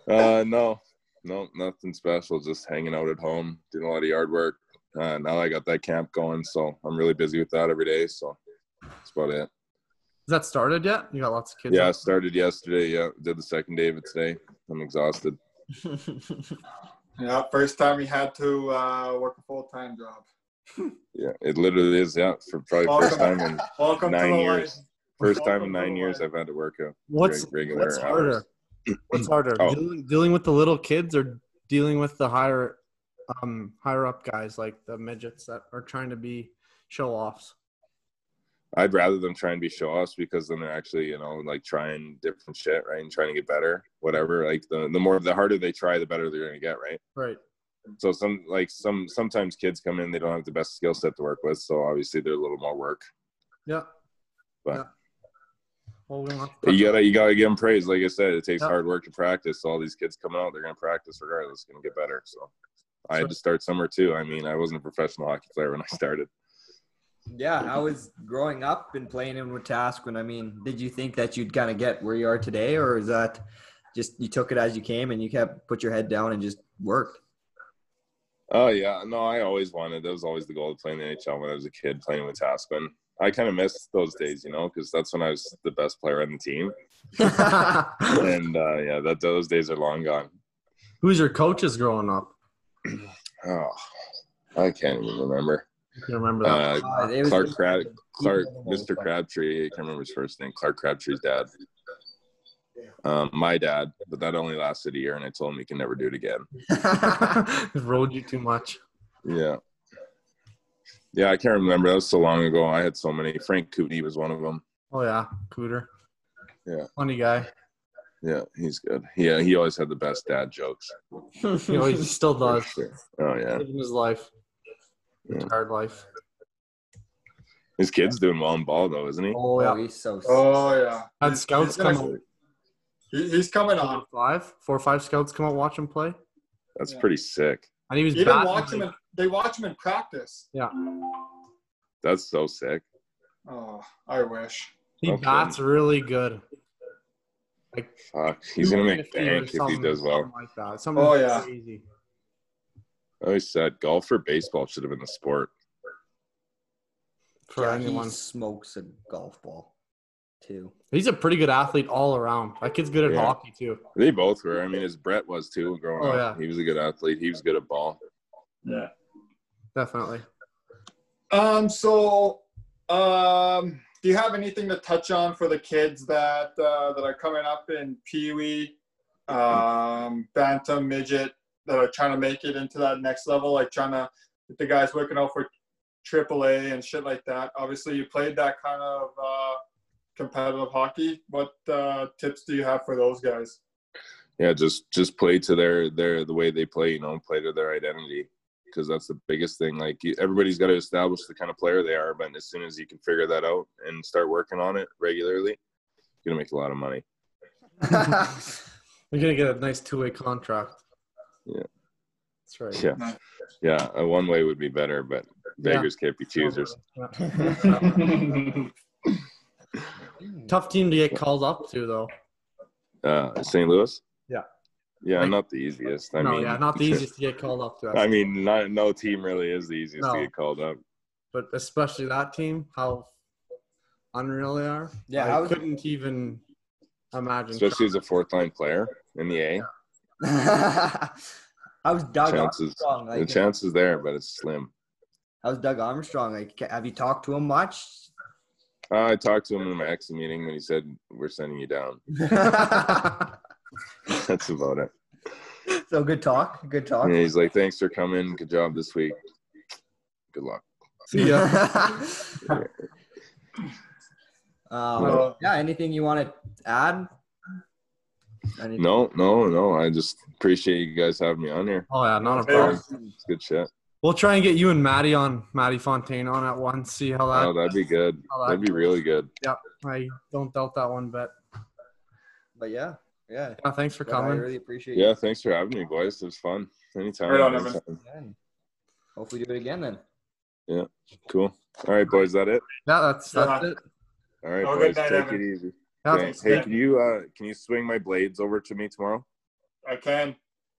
S6: Uh, no, no, nothing special. Just hanging out at home, doing a lot of yard work. Uh, now I got that camp going, so I'm really busy with that every day. So that's about it.
S3: Has that started yet? You got lots of kids.
S6: Yeah, I started yesterday. Yeah, did the second day of it today. I'm exhausted.
S2: yeah, first time he had to uh, work a full time job.
S6: Yeah, it literally is. Yeah, for probably first time in
S2: Welcome to
S6: nine
S2: the
S6: years.
S2: life.
S6: First time
S2: Welcome
S6: in
S2: to
S6: nine
S2: the
S6: years
S2: life.
S6: I've had to work out.
S3: What's
S6: Reg- regular
S3: what's harder?
S6: hours.
S3: What's harder?
S6: Oh.
S3: Dealing, dealing with the little kids or dealing with the higher um higher up guys like the midgets that are trying to be show offs.
S6: I'd rather them try and be show offs because then they're actually, you know, like trying different shit, right? And trying to get better, whatever. Like the, the more the harder they try, the better they're gonna get, right?
S3: Right.
S6: So some like some sometimes kids come in, they don't have the best skill set to work with, so obviously they're a little more work.
S3: Yeah.
S6: But-
S3: Yeah. Well, we don't have to
S6: But
S3: touch-
S6: you gotta you gotta give them praise. Like I said, it takes
S3: Yeah.
S6: hard work to practice. So all these kids coming out, they're gonna practice regardless, gonna get better. So I had to start somewhere too. I mean, I wasn't a professional hockey player when I started.
S4: yeah, I was growing up and playing in Wetaskiwin. I mean, did you think that you'd kind of get where you are today, or is that just you took it as you came and you kept put your head down and just worked?
S6: Oh yeah, no, I always wanted. That was always the goal of playing the NHL when I was a kid, playing with Tasman. I kind of missed those days, you know, because that's when I was the best player on the team. And uh, yeah, that those days are long gone.
S3: Who's your coaches growing up?
S6: Oh, I can't even remember.
S3: You remember that?
S6: Uh,
S4: Uh, it was-
S6: Clark Crab, Clark, Mr. Crabtree. I can't remember his first name. Clark Crabtree's dad. Um, my dad, but that only lasted a year, and I told him he can never do it again. Uh,
S3: Rode you too much.
S6: Yeah. Yeah, I can't remember. That was so long ago. I had so many. Frank Kootenay was one of them.
S3: Oh yeah, Cooter.
S6: Yeah.
S3: Funny guy.
S6: Yeah, he's good. Yeah, he always had the best dad jokes.
S3: You know, he still does.
S6: Oh yeah,
S3: Living his life. Retired life.
S6: his kid's doing well in ball though, isn't he?
S3: Oh
S4: Oh,
S3: yeah.
S4: he's so.
S2: Oh yeah.
S3: Had
S2: He's-
S3: scouts
S2: he's gonna-
S3: come
S2: he- He's coming on.
S3: out five, four or five scouts come out watch him play.
S6: That's
S2: Yeah.
S6: pretty sick.
S3: And he was
S2: Even
S3: batting,
S2: watch him.
S3: like-
S2: In, they watch him in practice.
S6: That's so sick.
S2: Oh, I wish.
S3: he
S6: Okay.
S3: bats really good.
S6: Fuck, he's gonna make
S3: 250 or
S6: bank if he
S3: something-
S6: does well.
S3: something Like that. Something
S2: Oh, yeah.
S3: crazy.
S6: I always said golf or baseball should have been the sport.
S3: for
S4: Yeah,
S3: anyone.
S4: He smokes a golf ball, too.
S3: He's a pretty good athlete all around. That kid's good at
S6: Yeah.
S3: hockey too.
S6: They both were. I mean, as Brett was too growing
S3: Oh,
S6: up. He was a good athlete. He was good at ball.
S2: Yeah.
S3: Definitely.
S2: Um. So, um, do you have anything to touch on for the kids that uh, that are coming up in Pee Wee, um, Bantam, Midget that are trying to make it into that next level, like trying to if the guys working out for AAA and shit like that? Obviously, you played that kind of uh, competitive hockey. What uh, tips do you have for those guys?
S6: Yeah, just just play to their their the way they play. You know, play to their identity because that's the biggest thing. Like you- everybody's got to establish the kind of player they are. But as soon as you can figure that out and start working on it regularly, you're gonna make a lot of money.
S3: You're gonna get a nice two way contract.
S6: Yeah.
S3: That's right.
S6: Yeah, yeah. uh, One way would be better, but beggars can't be choosers.
S3: Tough team to get called up to though.
S6: Uh, St. Louis.
S3: Yeah.
S6: Yeah,
S3: Like-
S6: not the easiest. I
S3: no,
S6: mean,
S3: yeah, not the easiest to get called up to.
S6: I mean, not, no team really is the easiest
S3: No.
S6: to get called up.
S3: but especially that team, how unreal they are.
S8: Yeah,
S3: I
S8: how is it-
S3: couldn't even imagine.
S6: especially as a fourth line player in the A.
S4: I was Doug
S6: Chances,
S4: Armstrong.
S6: the
S4: Like,
S6: chance is there, but it's slim.
S4: I was Doug Armstrong. Like, ca- have you talked to him much?
S6: Uh, I talked to him in my ex meeting when he said we're sending you down. That's about it.
S4: so good talk. Good talk.
S6: And he's like, "Thanks for coming. Good job this week. Good luck."
S3: See ya.
S4: um,
S2: No.
S4: Yeah. Anything you want to add? Anything?
S6: No, no, no. I just appreciate you guys having me on here.
S3: Oh yeah, not a
S2: Hey,
S3: problem.
S6: It's good shit.
S3: We'll try and get you and Maddie on Maddie Fontaine on at once. See how that.
S6: Oh, that'd be good.
S3: how that
S6: That'd be really good.
S3: I don't doubt that one bit.
S4: But yeah, yeah.
S3: Yeah, thanks for
S4: But I
S3: coming.
S4: really appreciate
S6: Yeah, thanks for having me, boys. It was fun. Anytime.
S2: Right on, man.
S6: anytime.
S4: you. Yeah. Hopefully, do it again then.
S6: Cool. All right, boys. Is that it?
S3: yeah, that's that's it.
S6: All right,
S2: Oh,
S6: boys.
S2: good night,
S6: Take
S2: Evan.
S6: it easy.
S3: Yeah,
S6: Okay. Hey, can you uh, can you swing my blades over to me tomorrow?
S2: I can.